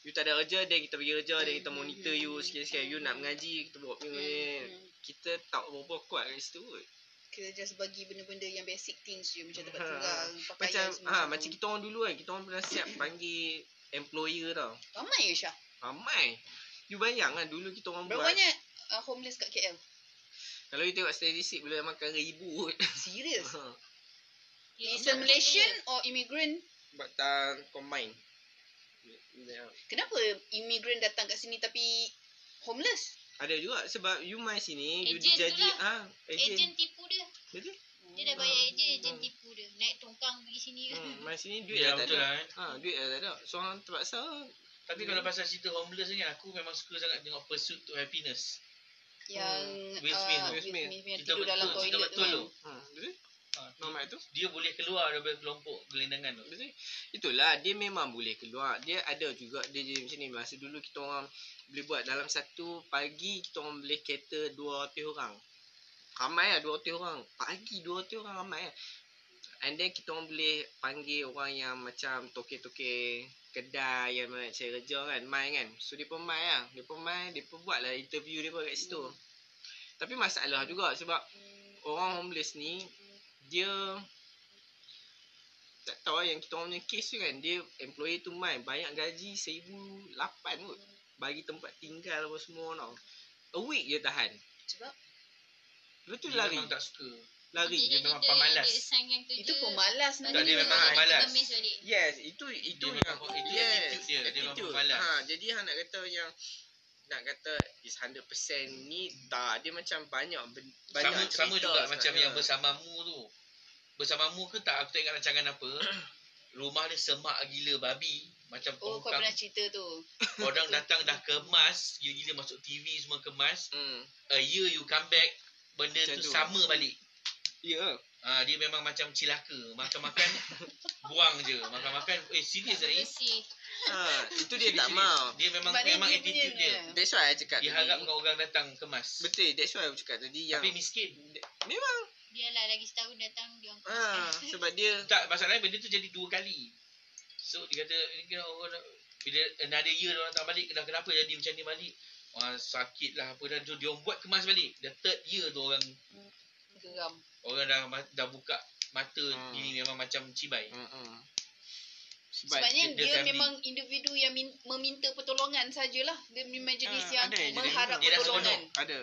Speaker 4: you tak ada kerja dia kita bagi kerja dia kita
Speaker 8: Hmm,
Speaker 4: monitor
Speaker 8: hmm,
Speaker 4: you
Speaker 8: hmm.
Speaker 4: sikit-sikit you nak mengaji kita buat
Speaker 8: Hmm.
Speaker 4: ni
Speaker 8: Hmm.
Speaker 4: kita tak berapa kuat kat situ kot.
Speaker 8: Kita just bagi benda-benda yang basic things je macam tempat
Speaker 4: Ha.
Speaker 8: tinggal,
Speaker 4: Macam
Speaker 8: pakaian semua.
Speaker 4: ha, macam kita orang dulu kan kita orang pernah siap panggil employer tau.
Speaker 8: Ramai ke Syah?
Speaker 4: Ramai. You bayang kan dulu kita orang
Speaker 8: Berapa
Speaker 4: buat
Speaker 8: banyak uh, homeless kat
Speaker 4: (laughs)
Speaker 8: KL?
Speaker 4: kalau you tengok statistik boleh makan ribu kot. (laughs)
Speaker 8: Serious?
Speaker 4: Ha.
Speaker 8: Is a Malaysian or immigrant?
Speaker 4: But uh, combine. Yeah.
Speaker 8: Kenapa immigrant datang kat sini tapi homeless?
Speaker 4: Ada juga sebab you mai sini you
Speaker 6: Agent tu
Speaker 4: dijaji
Speaker 6: lah.
Speaker 4: ah ha,
Speaker 6: Ejen
Speaker 4: agent.
Speaker 6: tipu dia.
Speaker 4: Betul?
Speaker 6: Dia dah bayar
Speaker 5: Ah.
Speaker 6: ejen, ejen tipu dia. Naik tongkang pergi sini kan.
Speaker 4: Hmm, mai sini duit
Speaker 5: Ya,
Speaker 4: dah tak
Speaker 5: betul
Speaker 4: ada.
Speaker 5: lah. eh.
Speaker 4: Ha, duit dah tak ada. So hang terpaksa
Speaker 5: Tapi kalau pasal cerita homeless ni aku memang suka sangat tengok Pursuit to Happiness.
Speaker 8: Yang
Speaker 5: Will
Speaker 8: ah,
Speaker 5: Smith tu.
Speaker 8: Will
Speaker 4: Hmm. Will Smith.
Speaker 8: Smith yang
Speaker 5: Cerita
Speaker 8: tidur dalam
Speaker 5: betul, cerita
Speaker 8: toilet tu
Speaker 5: betul
Speaker 8: kan.
Speaker 5: tu.
Speaker 4: ha, betul?
Speaker 5: Ha,
Speaker 4: Nama tu?
Speaker 5: dia boleh keluar daripada kelompok gelendangan tu.
Speaker 4: Betul. Itulah dia memang boleh keluar. Dia ada juga dia jadi macam ni. Masa dulu kita orang boleh buat dalam satu pagi kita orang boleh cater 200 orang. Ramai lah 200 orang. Pagi 200 orang ramai lah. And then kita orang boleh panggil orang yang macam toke-toke kedai yang nak cari kerja kan. Main kan. So dia pun main lah. Dia pun main. Dia pun buat lah interview dia pun kat situ. Tapi masalah juga sebab orang homeless ni dia tak tahu lah yang kita orang punya case tu kan dia employee tu main banyak gaji 1008 kot bagi tempat tinggal apa semua tau a week je tahan
Speaker 8: Sebab
Speaker 4: lepas tu
Speaker 5: Dia
Speaker 4: lari
Speaker 5: memang tak suka.
Speaker 4: lari
Speaker 5: dia memang pemalas.
Speaker 6: Dia sign yang tu
Speaker 8: itu
Speaker 6: je.
Speaker 8: pemalas
Speaker 6: Lepas
Speaker 8: nak.
Speaker 5: Tak, dia
Speaker 6: tu
Speaker 5: memang
Speaker 6: balik,
Speaker 5: pemalas.
Speaker 6: Kemis balik.
Speaker 4: yes itu itu
Speaker 5: Dia
Speaker 4: yang
Speaker 5: memang- itu attitude dia, dia memang
Speaker 4: attitude.
Speaker 5: pemalas.
Speaker 4: ha jadi hang nak kata yang nak kata is 100% ni tak dia macam banyak ben- banyak
Speaker 5: sama, sama
Speaker 4: cerita Ha.
Speaker 5: juga macam
Speaker 4: sebenarnya.
Speaker 8: ya.
Speaker 5: yang bersamamu tu. Bersamamu ke tak aku tak ingat rancangan
Speaker 8: (clears throat)
Speaker 5: apa. Rumah dia semak gila babi. Macam
Speaker 8: Oh, kau
Speaker 5: tongkang.
Speaker 8: pernah cerita tu.
Speaker 5: Orang datang dah kemas. Gila-gila masuk TV semua kemas.
Speaker 4: hmm
Speaker 5: A year you come back. Benda
Speaker 4: Macam
Speaker 5: tu,
Speaker 4: tu.
Speaker 5: sama balik.
Speaker 4: ya yeah.
Speaker 5: Ha, dia memang macam cilaka.
Speaker 8: (laughs)
Speaker 5: Makan-makan buang je. Makan-makan eh serius lah
Speaker 6: Tak
Speaker 5: ni.
Speaker 6: bersih.
Speaker 4: ha itu dia
Speaker 5: Serius,
Speaker 4: tak
Speaker 5: serius.
Speaker 4: mau
Speaker 5: Dia memang
Speaker 8: Sebab dia-
Speaker 5: memang
Speaker 8: dia punya
Speaker 5: attitude dia.
Speaker 8: ni.
Speaker 4: that's why I cakap
Speaker 5: Dia harap orang datang kemas.
Speaker 4: betul that's why I cakap tadi yang
Speaker 5: Tapi miskin.
Speaker 4: memang
Speaker 6: Biarlah lagi setahun datang dia orang
Speaker 5: Ah.
Speaker 4: ha sebab dia
Speaker 5: Tak, masalahnya benda tu jadi dua kali. So, dia kata, ini kena orang nak- bila another year orang datang balik, kenapa, kenapa jadi macam ni balik? Wah, sakit lah apa dan tu. Dia orang buat kemas balik. The third year tu orang
Speaker 8: Geram.
Speaker 5: orang dah, ma- dah buka mata
Speaker 4: Hmm.
Speaker 5: diri memang macam cibai.
Speaker 4: Mm-mm. Sebab
Speaker 8: Sebabnya
Speaker 5: dia- dia
Speaker 8: dia,
Speaker 5: family.
Speaker 8: memang individu yang min, meminta pertolongan sajalah. Dia memang jenis
Speaker 4: Ah,
Speaker 8: yang
Speaker 4: ada yang jenis
Speaker 8: mengharap
Speaker 5: tu. Dia dah
Speaker 8: pertolongan.
Speaker 4: ada.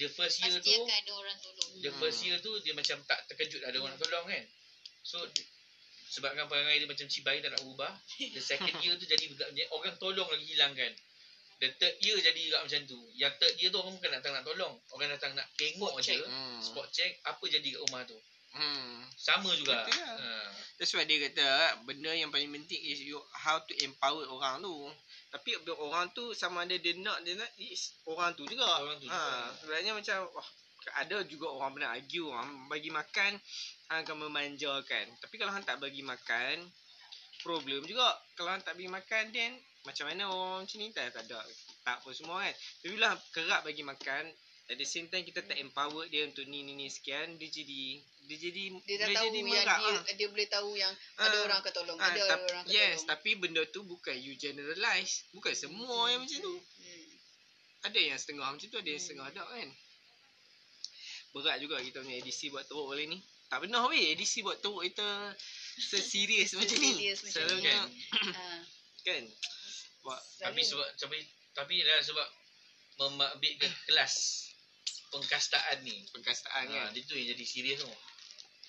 Speaker 5: The first year
Speaker 6: Pasti
Speaker 5: tu,
Speaker 6: akan ada orang tolong.
Speaker 5: the
Speaker 4: Hmm.
Speaker 5: first year tu dia macam tak terkejut ada orang nak tolong kan. So, sebabkan perangai dia macam cibai tak nak ubah. kan. The second year tu jadi budak- orang tolong lagi hilangkan. The third year jadi juga macam tu. Yang third year tu orang bukan datang nak tolong. Orang datang nak tengok
Speaker 8: Spot
Speaker 5: je.
Speaker 8: check.
Speaker 4: Hmm.
Speaker 5: Spot check. Apa jadi kat rumah tu.
Speaker 4: Hmm.
Speaker 5: Sama juga.
Speaker 4: Betul lah.
Speaker 5: Ha.
Speaker 4: That's why dia kata ah, benda yang paling penting is you how to empower orang tu. Tapi orang tu sama ada dia nak dia nak is orang tu juga.
Speaker 5: Orang tu juga.
Speaker 4: ha, sebenarnya macam wah ada juga orang pernah argue orang bagi makan hang akan memanjakan. Tapi kalau hang tak bagi makan problem juga. Kalau hang tak bagi makan then macam mana orang macam ni tak, tak ada tak apa semua kan. Tapi bila hang kerap bagi makan at the same time kita tak empower dia untuk ni ni ni sekian dia jadi dia jadi
Speaker 8: Dia dah tahu yang dia,
Speaker 4: ah.
Speaker 8: dia boleh tahu yang ada
Speaker 4: Ah.
Speaker 8: orang akan tolong.
Speaker 4: Ah,
Speaker 8: ada
Speaker 4: tap-
Speaker 8: orang akan
Speaker 4: yes,
Speaker 8: tolong.
Speaker 4: tapi benda tu bukan you generalize. Bukan semua yang macam tu.
Speaker 8: Hmm.
Speaker 4: Ada yang setengah macam tu, ada yang setengah tak kan. Berat juga kita punya ADC buat teruk kali ni. Tak benar weh ADC buat teruk kita
Speaker 8: (laughs)
Speaker 4: seserius macam ni.
Speaker 8: Seserius macam ni.
Speaker 4: Selalunya
Speaker 8: Ha.
Speaker 4: (coughs) kan. Buat
Speaker 5: Tapi sebab tapi tapi dah sebab membabitkan kelas pengkastaan ni.
Speaker 4: pengkastaan kan.
Speaker 5: Ha, dia tu yang jadi serius tu.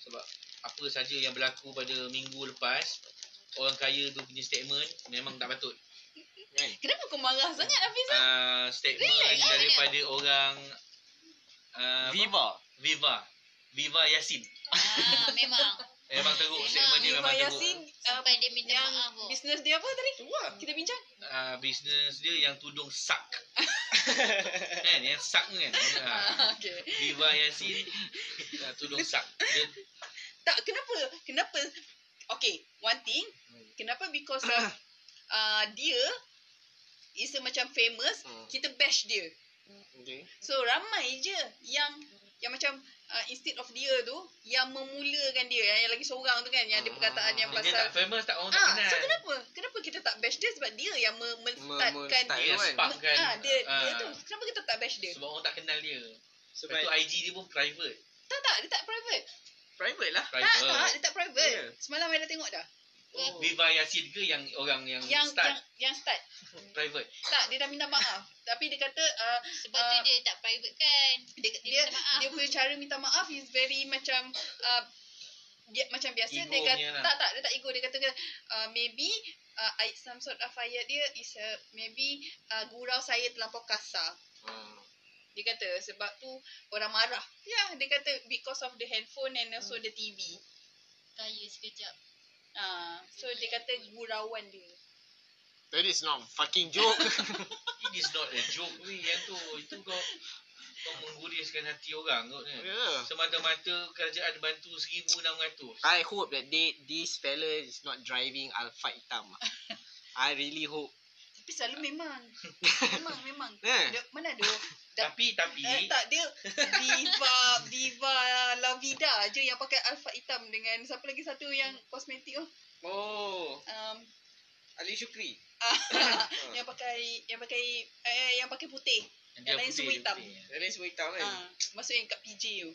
Speaker 5: Sebab apa saja yang berlaku pada minggu lepas, orang kaya tu punya statement memang tak patut.
Speaker 4: kan.
Speaker 7: Kenapa kau marah sangat
Speaker 4: Ah,
Speaker 7: Hafiz?
Speaker 5: Uh, statement
Speaker 7: Relax
Speaker 8: Eh,
Speaker 7: lah,
Speaker 5: daripada orang uh,
Speaker 4: Viva.
Speaker 5: Viva. Viva Yasin.
Speaker 6: Ah, memang.
Speaker 8: Ah,
Speaker 5: Memang teruk
Speaker 4: lah,
Speaker 6: Memang
Speaker 5: statement dia memang teruk.
Speaker 8: uh,
Speaker 6: Sampai dia minta
Speaker 7: yang
Speaker 6: maaf. pun.
Speaker 7: bisnes dia apa tadi? Kita bincang.
Speaker 5: Uh, bisnes dia yang tudung
Speaker 8: (laughs)
Speaker 5: sak. kan, yang sak tu kan. Uh,
Speaker 4: Ah,
Speaker 8: (laughs)
Speaker 7: okay.
Speaker 5: Viva Yasin uh, tudung sak. Dia
Speaker 8: Tak, kenapa? Kenapa? Okay, one thing. Kenapa? Because
Speaker 5: (coughs)
Speaker 8: of, uh, dia is a macam famous.
Speaker 4: Hmm.
Speaker 8: Kita bash dia.
Speaker 4: Okay.
Speaker 8: So, ramai je yang yang macam uh, instead of dia tu yang memulakan dia yang, yang lagi seorang tu kan yang ada perkataan yang
Speaker 4: Ah,
Speaker 5: Hmm. dia tak
Speaker 8: pasal
Speaker 5: famous tak orang tak
Speaker 8: ah
Speaker 5: kenal.
Speaker 8: so kenapa kenapa kita tak bash dia sebab dia yang me-
Speaker 4: Mem-
Speaker 8: menstartkan
Speaker 4: start
Speaker 5: dia
Speaker 4: kan.
Speaker 5: sparkkan.
Speaker 8: ah dia dia
Speaker 5: ah,
Speaker 8: tu kenapa kita tak bash dia
Speaker 5: Sebab orang tak kenal dia. Sebab
Speaker 4: Sebab
Speaker 5: tu IG dia pun private.
Speaker 8: tak tak dia tak private
Speaker 4: private lah.
Speaker 8: tak tak (laughs)
Speaker 5: Private.
Speaker 8: dia tak private
Speaker 5: Ya.
Speaker 4: Yeah.
Speaker 8: semalam saya dah tengok dah
Speaker 5: Oh. Viva Yasin ke yang orang yang,
Speaker 8: yang yang
Speaker 5: start
Speaker 8: yang start
Speaker 5: private.
Speaker 8: Tak, dia dah minta maaf. Tapi dia kata uh,
Speaker 6: Sebab tu
Speaker 8: Ah.
Speaker 6: dia tak private kan.
Speaker 8: dia,
Speaker 6: Dia
Speaker 8: dia,
Speaker 6: minta maaf.
Speaker 8: dia punya cara minta maaf is very macam uh, dia, macam biasa
Speaker 5: Ego
Speaker 8: dia kata
Speaker 5: punya lah.
Speaker 8: tak tak dia tak ego dia kata uh, maybe uh, I, some sort of ayat dia is uh, maybe uh, gurau saya terlampau kasar.
Speaker 4: Hmm.
Speaker 8: Dia kata sebab tu orang marah. Ya, yeah, dia kata because of the handphone and also the TV.
Speaker 6: Kaya sekejap.
Speaker 8: Uh, so dia kata gurauan dia.
Speaker 4: That is not fucking
Speaker 8: (laughs)
Speaker 4: joke.
Speaker 5: It is not a joke weh yang tu. Itu kau kau mengguriskan hati orang kot kan.
Speaker 4: yeah.
Speaker 5: Semata-mata kerajaan bantu 1600.
Speaker 4: I hope that they, this fella is not driving Alfa
Speaker 8: (laughs)
Speaker 4: Hitam. I really hope.
Speaker 8: Tapi selalu
Speaker 5: (laughs)
Speaker 8: memang. memang, memang.
Speaker 4: Eh.
Speaker 8: Dia, mana ada
Speaker 5: Tapi tapi
Speaker 8: Eh, tak dia diva diva lavida je yang pakai alfa hitam dengan siapa lagi satu yang kosmetik tu
Speaker 4: Oh,
Speaker 8: um,
Speaker 4: Ali Shukri.
Speaker 8: (coughs) yang pakai yang pakai eh, yang pakai putih
Speaker 5: dia
Speaker 8: yang lain
Speaker 5: putih,
Speaker 8: semua
Speaker 5: dia
Speaker 8: hitam.
Speaker 5: putih.
Speaker 4: Dari semua hitam kan?
Speaker 8: ah maksudnya kat PJ tu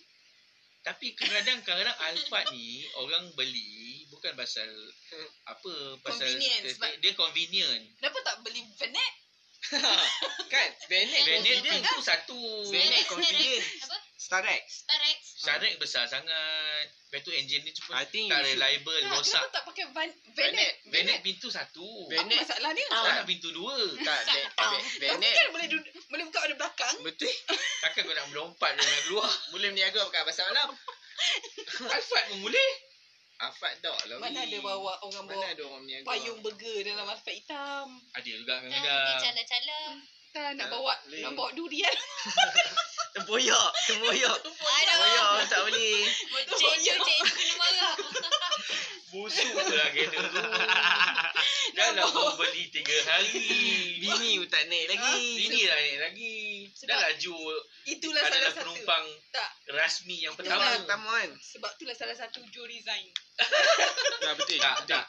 Speaker 5: Tapi kadang-kadang Alphard ni orang beli bukan pasal apa pasal
Speaker 8: Convenience,
Speaker 5: dia-
Speaker 8: sebab-
Speaker 5: dia convenient.
Speaker 8: kenapa tak beli venet Ah.
Speaker 4: (laughs) Kan? Bennett.
Speaker 5: Banner dia tu satu.
Speaker 4: Bennett confident.
Speaker 6: Apa?
Speaker 4: Starex.
Speaker 6: Starex.
Speaker 5: Syarat besar sangat. Lepas tu engine dia cuma
Speaker 4: I think
Speaker 5: tak
Speaker 4: you should-
Speaker 5: reliable,
Speaker 8: nah,
Speaker 5: rosak.
Speaker 8: kenapa tak pakai van, venet
Speaker 5: Bennett pintu satu.
Speaker 8: apa
Speaker 4: Venet.
Speaker 8: masalah dia
Speaker 5: Tak
Speaker 4: Ah.
Speaker 5: nak pintu dua.
Speaker 4: Tak, (laughs) Be- Be-
Speaker 8: tapi
Speaker 4: Bennett.
Speaker 8: kan boleh duduk, boleh buka pada belakang
Speaker 4: Betul.
Speaker 5: Takkan kau nak melompat dia nak keluar.
Speaker 4: Boleh meniaga pakai pasal malam. Kan
Speaker 5: Alphard pun boleh.
Speaker 4: Afat tak lah.
Speaker 8: mana
Speaker 4: weh.
Speaker 8: ada bawa orang
Speaker 4: Mana
Speaker 8: bawa
Speaker 4: ada orang meniaga.
Speaker 8: payung burger dalam alfa hitam
Speaker 5: Ada juga kan dah.
Speaker 6: Ah, dia calam-calam.
Speaker 8: tak nak
Speaker 4: Tak
Speaker 8: bawa
Speaker 4: boleh.
Speaker 8: nak bawa durian (laughs)
Speaker 4: Terboyak. Terboyak.
Speaker 6: Oh, ya.
Speaker 4: Terboyak. Tak boleh.
Speaker 6: Cik Ju, Cik Ju kena marah. (laughs)
Speaker 5: Busuk lah kereta
Speaker 4: (laughs)
Speaker 5: tu. Dah lah
Speaker 8: Nampak.
Speaker 5: pun beli tiga hari.
Speaker 4: Bini pun tak naik
Speaker 8: Ah.
Speaker 4: lagi.
Speaker 5: Bini lah naik lagi.
Speaker 8: Sebab-
Speaker 5: Dah lah Ju
Speaker 8: itulah salah
Speaker 5: adalah
Speaker 8: satu
Speaker 5: penumpang
Speaker 8: tak
Speaker 5: rasmi yang
Speaker 4: Pertama.
Speaker 5: pertama.
Speaker 4: Pertama kan?
Speaker 8: sebab itulah salah satu Ju resign
Speaker 4: Tak, betul.
Speaker 5: Tak, tak.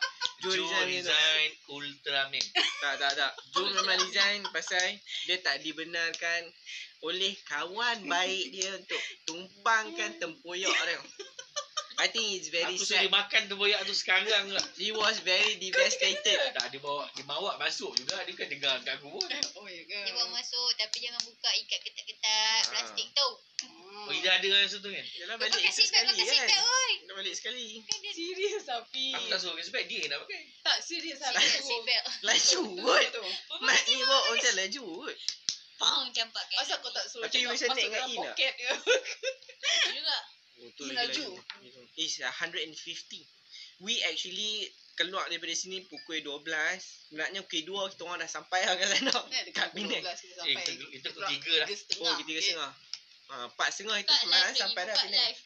Speaker 4: Ju
Speaker 5: Ju
Speaker 4: resign.
Speaker 5: resign Ultraman.
Speaker 4: Tak, tak, tak. Ju memang resign pasal dia tak dibenarkan oleh (laughs) kawan baik dia untuk tumpangkan tempoyak dia. I think it's very
Speaker 5: Aku suruh
Speaker 4: sad.
Speaker 5: dia makan tu boyak tu sekarang lah.
Speaker 4: He was very devastated.
Speaker 5: Tak, dia bawa, dia bawa masuk juga. Dia kan dengar kat aku pun.
Speaker 8: oh ya ke
Speaker 4: Ah.
Speaker 6: Dia bawa masuk tapi jangan buka ikat ketat-ketat plastik tu.
Speaker 8: Hmm.
Speaker 5: Oh, Ida ada yang satu kan? Yalah
Speaker 6: Kau
Speaker 5: balik
Speaker 6: pakai seatbelt, kau
Speaker 5: sekali
Speaker 6: pakai
Speaker 5: kan.
Speaker 6: seatbelt, oi. Kan
Speaker 5: Nak balik sekali.
Speaker 9: Serius Safi.
Speaker 5: Aku tak suruh pakai seatbelt, dia yang nak pakai.
Speaker 9: Tak serius Safi.
Speaker 6: Seatbelt, seatbelt.
Speaker 4: Laju kot. Mat ni bawa macam laju kot.
Speaker 6: Pang campak kan.
Speaker 8: Asal kau tak suruh
Speaker 4: Macam you macam
Speaker 8: cakap masuk
Speaker 4: naik dengan
Speaker 8: dalam
Speaker 4: Ina.
Speaker 8: poket ke?
Speaker 6: Betul juga.
Speaker 10: Oh, tu
Speaker 8: Ni
Speaker 10: lagi
Speaker 8: laju.
Speaker 10: lagi.
Speaker 4: Is 150. We actually keluar daripada sini pukul 12. Sebenarnya pukul 2 kita orang dah sampai lah kat sana.
Speaker 8: Eh, dekat
Speaker 4: Kat Penang.
Speaker 8: 12 kita
Speaker 5: Eh,
Speaker 8: sampai.
Speaker 5: kita, kita pukul
Speaker 8: Keluar
Speaker 5: tiga lah.
Speaker 8: tiga
Speaker 4: Oh,
Speaker 8: setengah. Eh,
Speaker 4: kita tiga setengah. Ah, empat setengah itu
Speaker 6: Buka live
Speaker 4: semalam
Speaker 6: lagi,
Speaker 4: sampai dah
Speaker 6: buka
Speaker 4: Penang.
Speaker 6: live.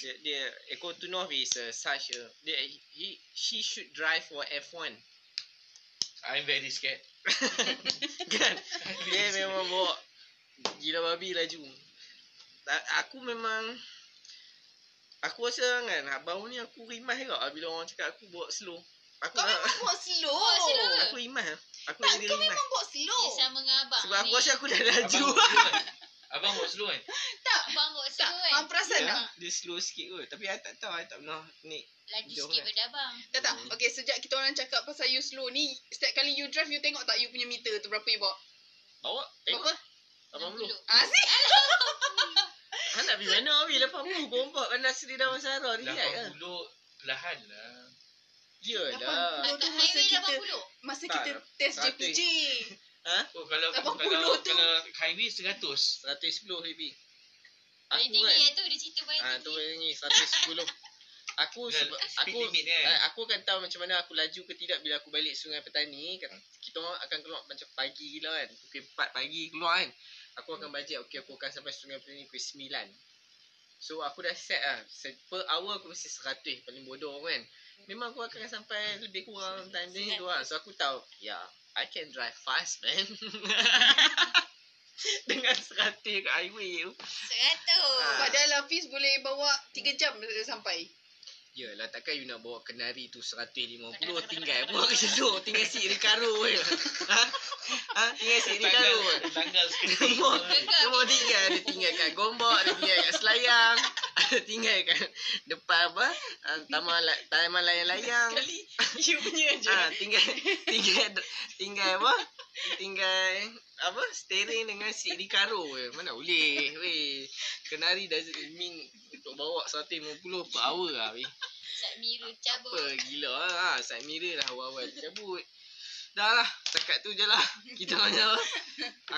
Speaker 4: Dia, dia Eko Tunov is uh, such a dia, he, he should drive for F1.
Speaker 8: (laughs)
Speaker 5: I'm very scared.
Speaker 4: kan? Dia memang bawa gila babi laju. Ta- Aku memang Aku rasa kan baru ni aku rimas juga bila orang cakap aku bawa slow. Aku
Speaker 8: Kau
Speaker 4: nak,
Speaker 8: memang buat slow.
Speaker 6: Bawa slow. Eh,
Speaker 4: aku rimas. Aku
Speaker 8: Tak,
Speaker 4: jadi
Speaker 8: kau
Speaker 4: rimas.
Speaker 8: memang buat slow.
Speaker 6: Dia sama dengan abang.
Speaker 4: Sebab aku
Speaker 6: ni.
Speaker 4: rasa aku dah
Speaker 5: Abang
Speaker 4: laju.
Speaker 5: walk
Speaker 4: (laughs)
Speaker 5: slow kan? Abang walk slow kan?
Speaker 6: Abang buat
Speaker 8: Tak,
Speaker 6: seru kan.
Speaker 8: hang perasan tak?
Speaker 4: Ya, dia slow sikit kot. Tapi I tak tahu, I tak pernah ni
Speaker 6: Laju
Speaker 4: Jauh
Speaker 6: sikit
Speaker 4: kan?
Speaker 6: pada abang.
Speaker 8: Tak tak. Okay, sejak kita orang cakap pasal you slow ni, setiap kali you drive, you tengok tak you punya meter tu berapa you bawa?
Speaker 4: Bawa
Speaker 8: Berapa?
Speaker 4: 80
Speaker 8: Asyik.
Speaker 4: Ha nak pergi mana Abi 80 Gombak kan Nasri dan Masara ni kan
Speaker 5: 80 perlahan lah.
Speaker 4: Yelah
Speaker 8: Dulu
Speaker 6: Dekat
Speaker 8: masa
Speaker 6: highway
Speaker 8: kita-
Speaker 6: 80.
Speaker 8: Masa
Speaker 4: Tak,
Speaker 8: kita test
Speaker 4: tak
Speaker 8: JPJ.
Speaker 5: Oh, kalau
Speaker 8: 80
Speaker 5: kalau,
Speaker 8: tu.
Speaker 5: kalau highway 100.
Speaker 4: 110 lebih Aku
Speaker 6: Paling tinggi
Speaker 4: kan
Speaker 6: yang tu dia cerita paling
Speaker 4: Ah tu ni
Speaker 6: tinggi.
Speaker 4: 110
Speaker 6: (laughs)
Speaker 4: Aku
Speaker 5: Dengan
Speaker 4: Oh, sebab
Speaker 5: speed
Speaker 4: aku
Speaker 5: limit kan.
Speaker 4: eh, aku akan tahu macam mana aku laju ke tidak bila aku balik Sungai Petani kan kita orang akan keluar macam pagi lah kan pukul 4 pagi keluar kan aku akan bajet okey aku akan sampai Sungai Petani pukul 9 so aku dah set lah Se- per hour aku mesti 100 paling bodoh kan memang aku akan sampai lebih kurang time ni tu lah so aku tahu ya yeah, I can drive fast man (laughs) dengan 100 kat highway tu
Speaker 6: Seratus.
Speaker 4: Ah.
Speaker 8: Padahal Hafiz boleh bawa 3 jam dia sampai.
Speaker 4: Yelah takkan you nak bawa kenari tu 150 tinggal buat ke situ tinggal si Ricardo
Speaker 8: (laughs)
Speaker 4: je. Ha? Ha? Tinggal si Ricardo.
Speaker 5: Tanggal,
Speaker 4: (laughs)
Speaker 5: tanggal kan? sekali.
Speaker 4: Dia bawa- Dia bawa tiga Dia tinggal kat Gombak Dia tinggal kat Selayang (laughs) Dia tinggal kat Depan apa ah, Taman, la, taman layang-layang
Speaker 8: Kali you punya je.
Speaker 4: Ah, tinggal tinggal tinggal apa? Tinggal apa? Steering dengan si Ricardo je. Mana boleh. Weh. Kenari doesn't mean untuk bawa 150 per hour lah weh.
Speaker 6: Sat miru cabut.
Speaker 4: Apa gila lah. Side mirror dah awal-awal cabut. Dah lah. Setakat tu je lah. Kita macam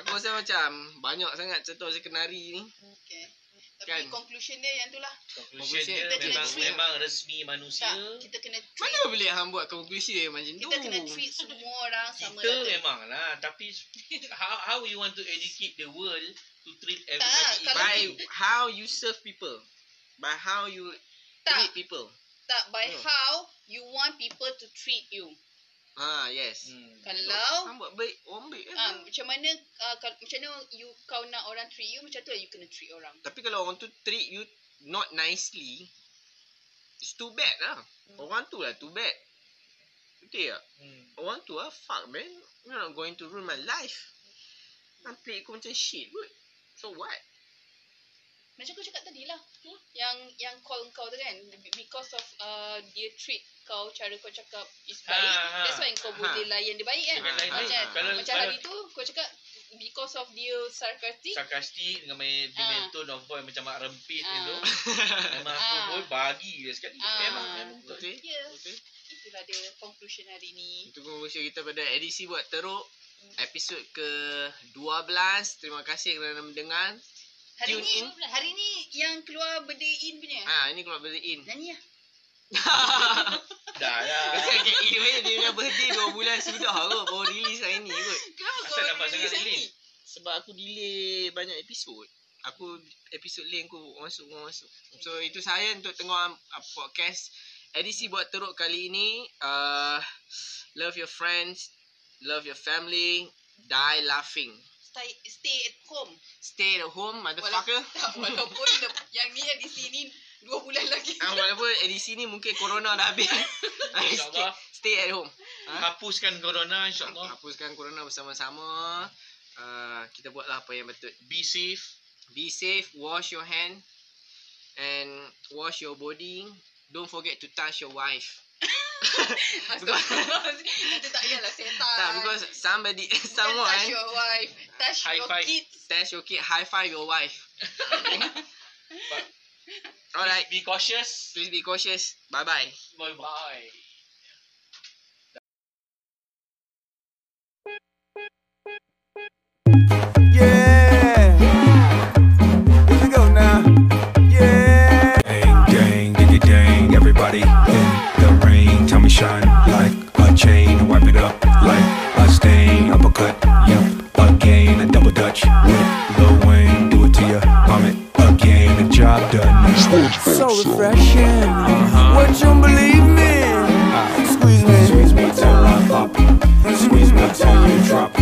Speaker 4: Aku rasa macam banyak sangat contoh saya kenari ni.
Speaker 8: Okay.
Speaker 4: Kan.
Speaker 8: Tapi conclusion dia yang tu lah.
Speaker 5: Conclusion dia
Speaker 4: Kita
Speaker 8: kena
Speaker 5: memang,
Speaker 8: tweet.
Speaker 5: memang resmi manusia.
Speaker 8: Tak,
Speaker 4: Ya.
Speaker 8: kita kena
Speaker 4: Mana boleh hang buat konklusi macam tu?
Speaker 8: kita kena treat semua orang sama
Speaker 5: Kita
Speaker 8: lah.
Speaker 5: memang lah. Tapi
Speaker 8: (laughs)
Speaker 5: how, how you want to educate the world to treat everybody
Speaker 8: Tak, kalau
Speaker 4: By how you serve people. By how you
Speaker 8: Tak.
Speaker 4: treat people.
Speaker 8: Tak by
Speaker 4: Yeah.
Speaker 8: how you want people to treat you.
Speaker 4: Ah, yes.
Speaker 5: Hmm.
Speaker 8: Kalau
Speaker 4: Hang buat baik, orang baik kan?
Speaker 8: ah macam mana ah, kalau, macam mana you kau nak orang treat you macam tu lah you kena treat orang.
Speaker 4: Tapi kalau orang tu treat you not nicely, it's too bad lah.
Speaker 8: Hmm.
Speaker 4: Orang tu lah too bad. Betul tak?
Speaker 5: Hmm.
Speaker 4: Orang tu lah, fuck man. You're not going to ruin my life. Hang treat aku macam shit kot. So what?
Speaker 8: Macam kau cakap tadi lah. Yang yang call kau tu kan because of uh, dia treat kau cara kau cakap is
Speaker 5: Ha,
Speaker 8: baik.
Speaker 5: ha.
Speaker 8: That's why kau
Speaker 4: Ha.
Speaker 8: boleh layan ah, dia baik kan.
Speaker 5: Dengan
Speaker 4: Ah,
Speaker 5: lain-lain.
Speaker 8: Macam,
Speaker 5: Kalau,
Speaker 8: macam
Speaker 5: kalau
Speaker 8: hari tu kau cakap because of dia sarcastic
Speaker 5: sarkastik dengan main dia main
Speaker 8: Ah.
Speaker 5: tone of voice macam mak rempit
Speaker 8: Ah.
Speaker 5: gitu. (laughs) Memang aku
Speaker 8: Ah.
Speaker 5: pun bagi dia sekali.
Speaker 8: Ah.
Speaker 5: Memang memang betul.
Speaker 4: Betul?
Speaker 8: Ya.
Speaker 4: Betul?
Speaker 8: Itulah dia conclusion hari ni.
Speaker 4: Itu conclusion kita pada edisi buat teruk. Episod ke-12. Terima kasih kerana mendengar.
Speaker 8: Hari
Speaker 4: Tune
Speaker 8: ni
Speaker 4: in.
Speaker 8: hari ni yang keluar benda in punya.
Speaker 4: Ah, ini keluar beli in. (laughs)
Speaker 8: Nyanyi lah.
Speaker 5: Dah
Speaker 8: (laughs)
Speaker 5: lah.
Speaker 4: Bukan ke in weh. eh, Dia punya birthday 2 bulan sudah kot. Baru release hari ni kot.
Speaker 8: Kenapa
Speaker 5: Asal lambat sangat ni.
Speaker 4: Sebab aku delay banyak episod. Aku episod lain aku masuk orang masuk. So itu saya untuk tengok uh, podcast edisi buat teruk kali ini. Uh, love your friends, love your family, die laughing.
Speaker 8: Stay, stay at home.
Speaker 4: Stay at home motherfucker.
Speaker 8: Tak, walaupun dia- yang ni yang di sini dua bulan lagi.
Speaker 4: Ah, walaupun edisi ni mungkin corona dah (laughs) habis. stay,
Speaker 5: InsyaAllah
Speaker 4: stay at home.
Speaker 8: Ah.
Speaker 4: Ha?
Speaker 5: hapuskan corona insyaAllah.
Speaker 4: Hapuskan corona bersama-sama. Uh, kita buatlah apa yang betul.
Speaker 5: Be safe.
Speaker 4: Be safe, wash your hand and wash your body. Don't forget to touch your wife.
Speaker 8: (laughs)
Speaker 11: (laughs)
Speaker 8: Astagfirullahalazim. Itu tak payahlah setan.
Speaker 11: Tak, because somebody, (laughs)
Speaker 8: Just
Speaker 11: someone,
Speaker 8: touch your wife. Touch
Speaker 5: High
Speaker 8: your
Speaker 5: five.
Speaker 8: kids.
Speaker 11: that's your kid, high five your wife. Alright,
Speaker 5: Be cautious.
Speaker 11: please be cautious. Bye-bye.
Speaker 5: Bye bye.
Speaker 2: Yeah. Here we go now. Yeah.
Speaker 3: Bang, gang, diggy, dang, everybody in the rain. Tell me shine like a chain. Wipe it up like a stain. Uppercut, yep, again. A double dutch with Lil Wayne. Do it to ya, I'm it again. The job done.
Speaker 2: so refreshing. What you don't believe me? Squeeze me,
Speaker 3: Squeeze me till I pop. Squeeze me till you drop.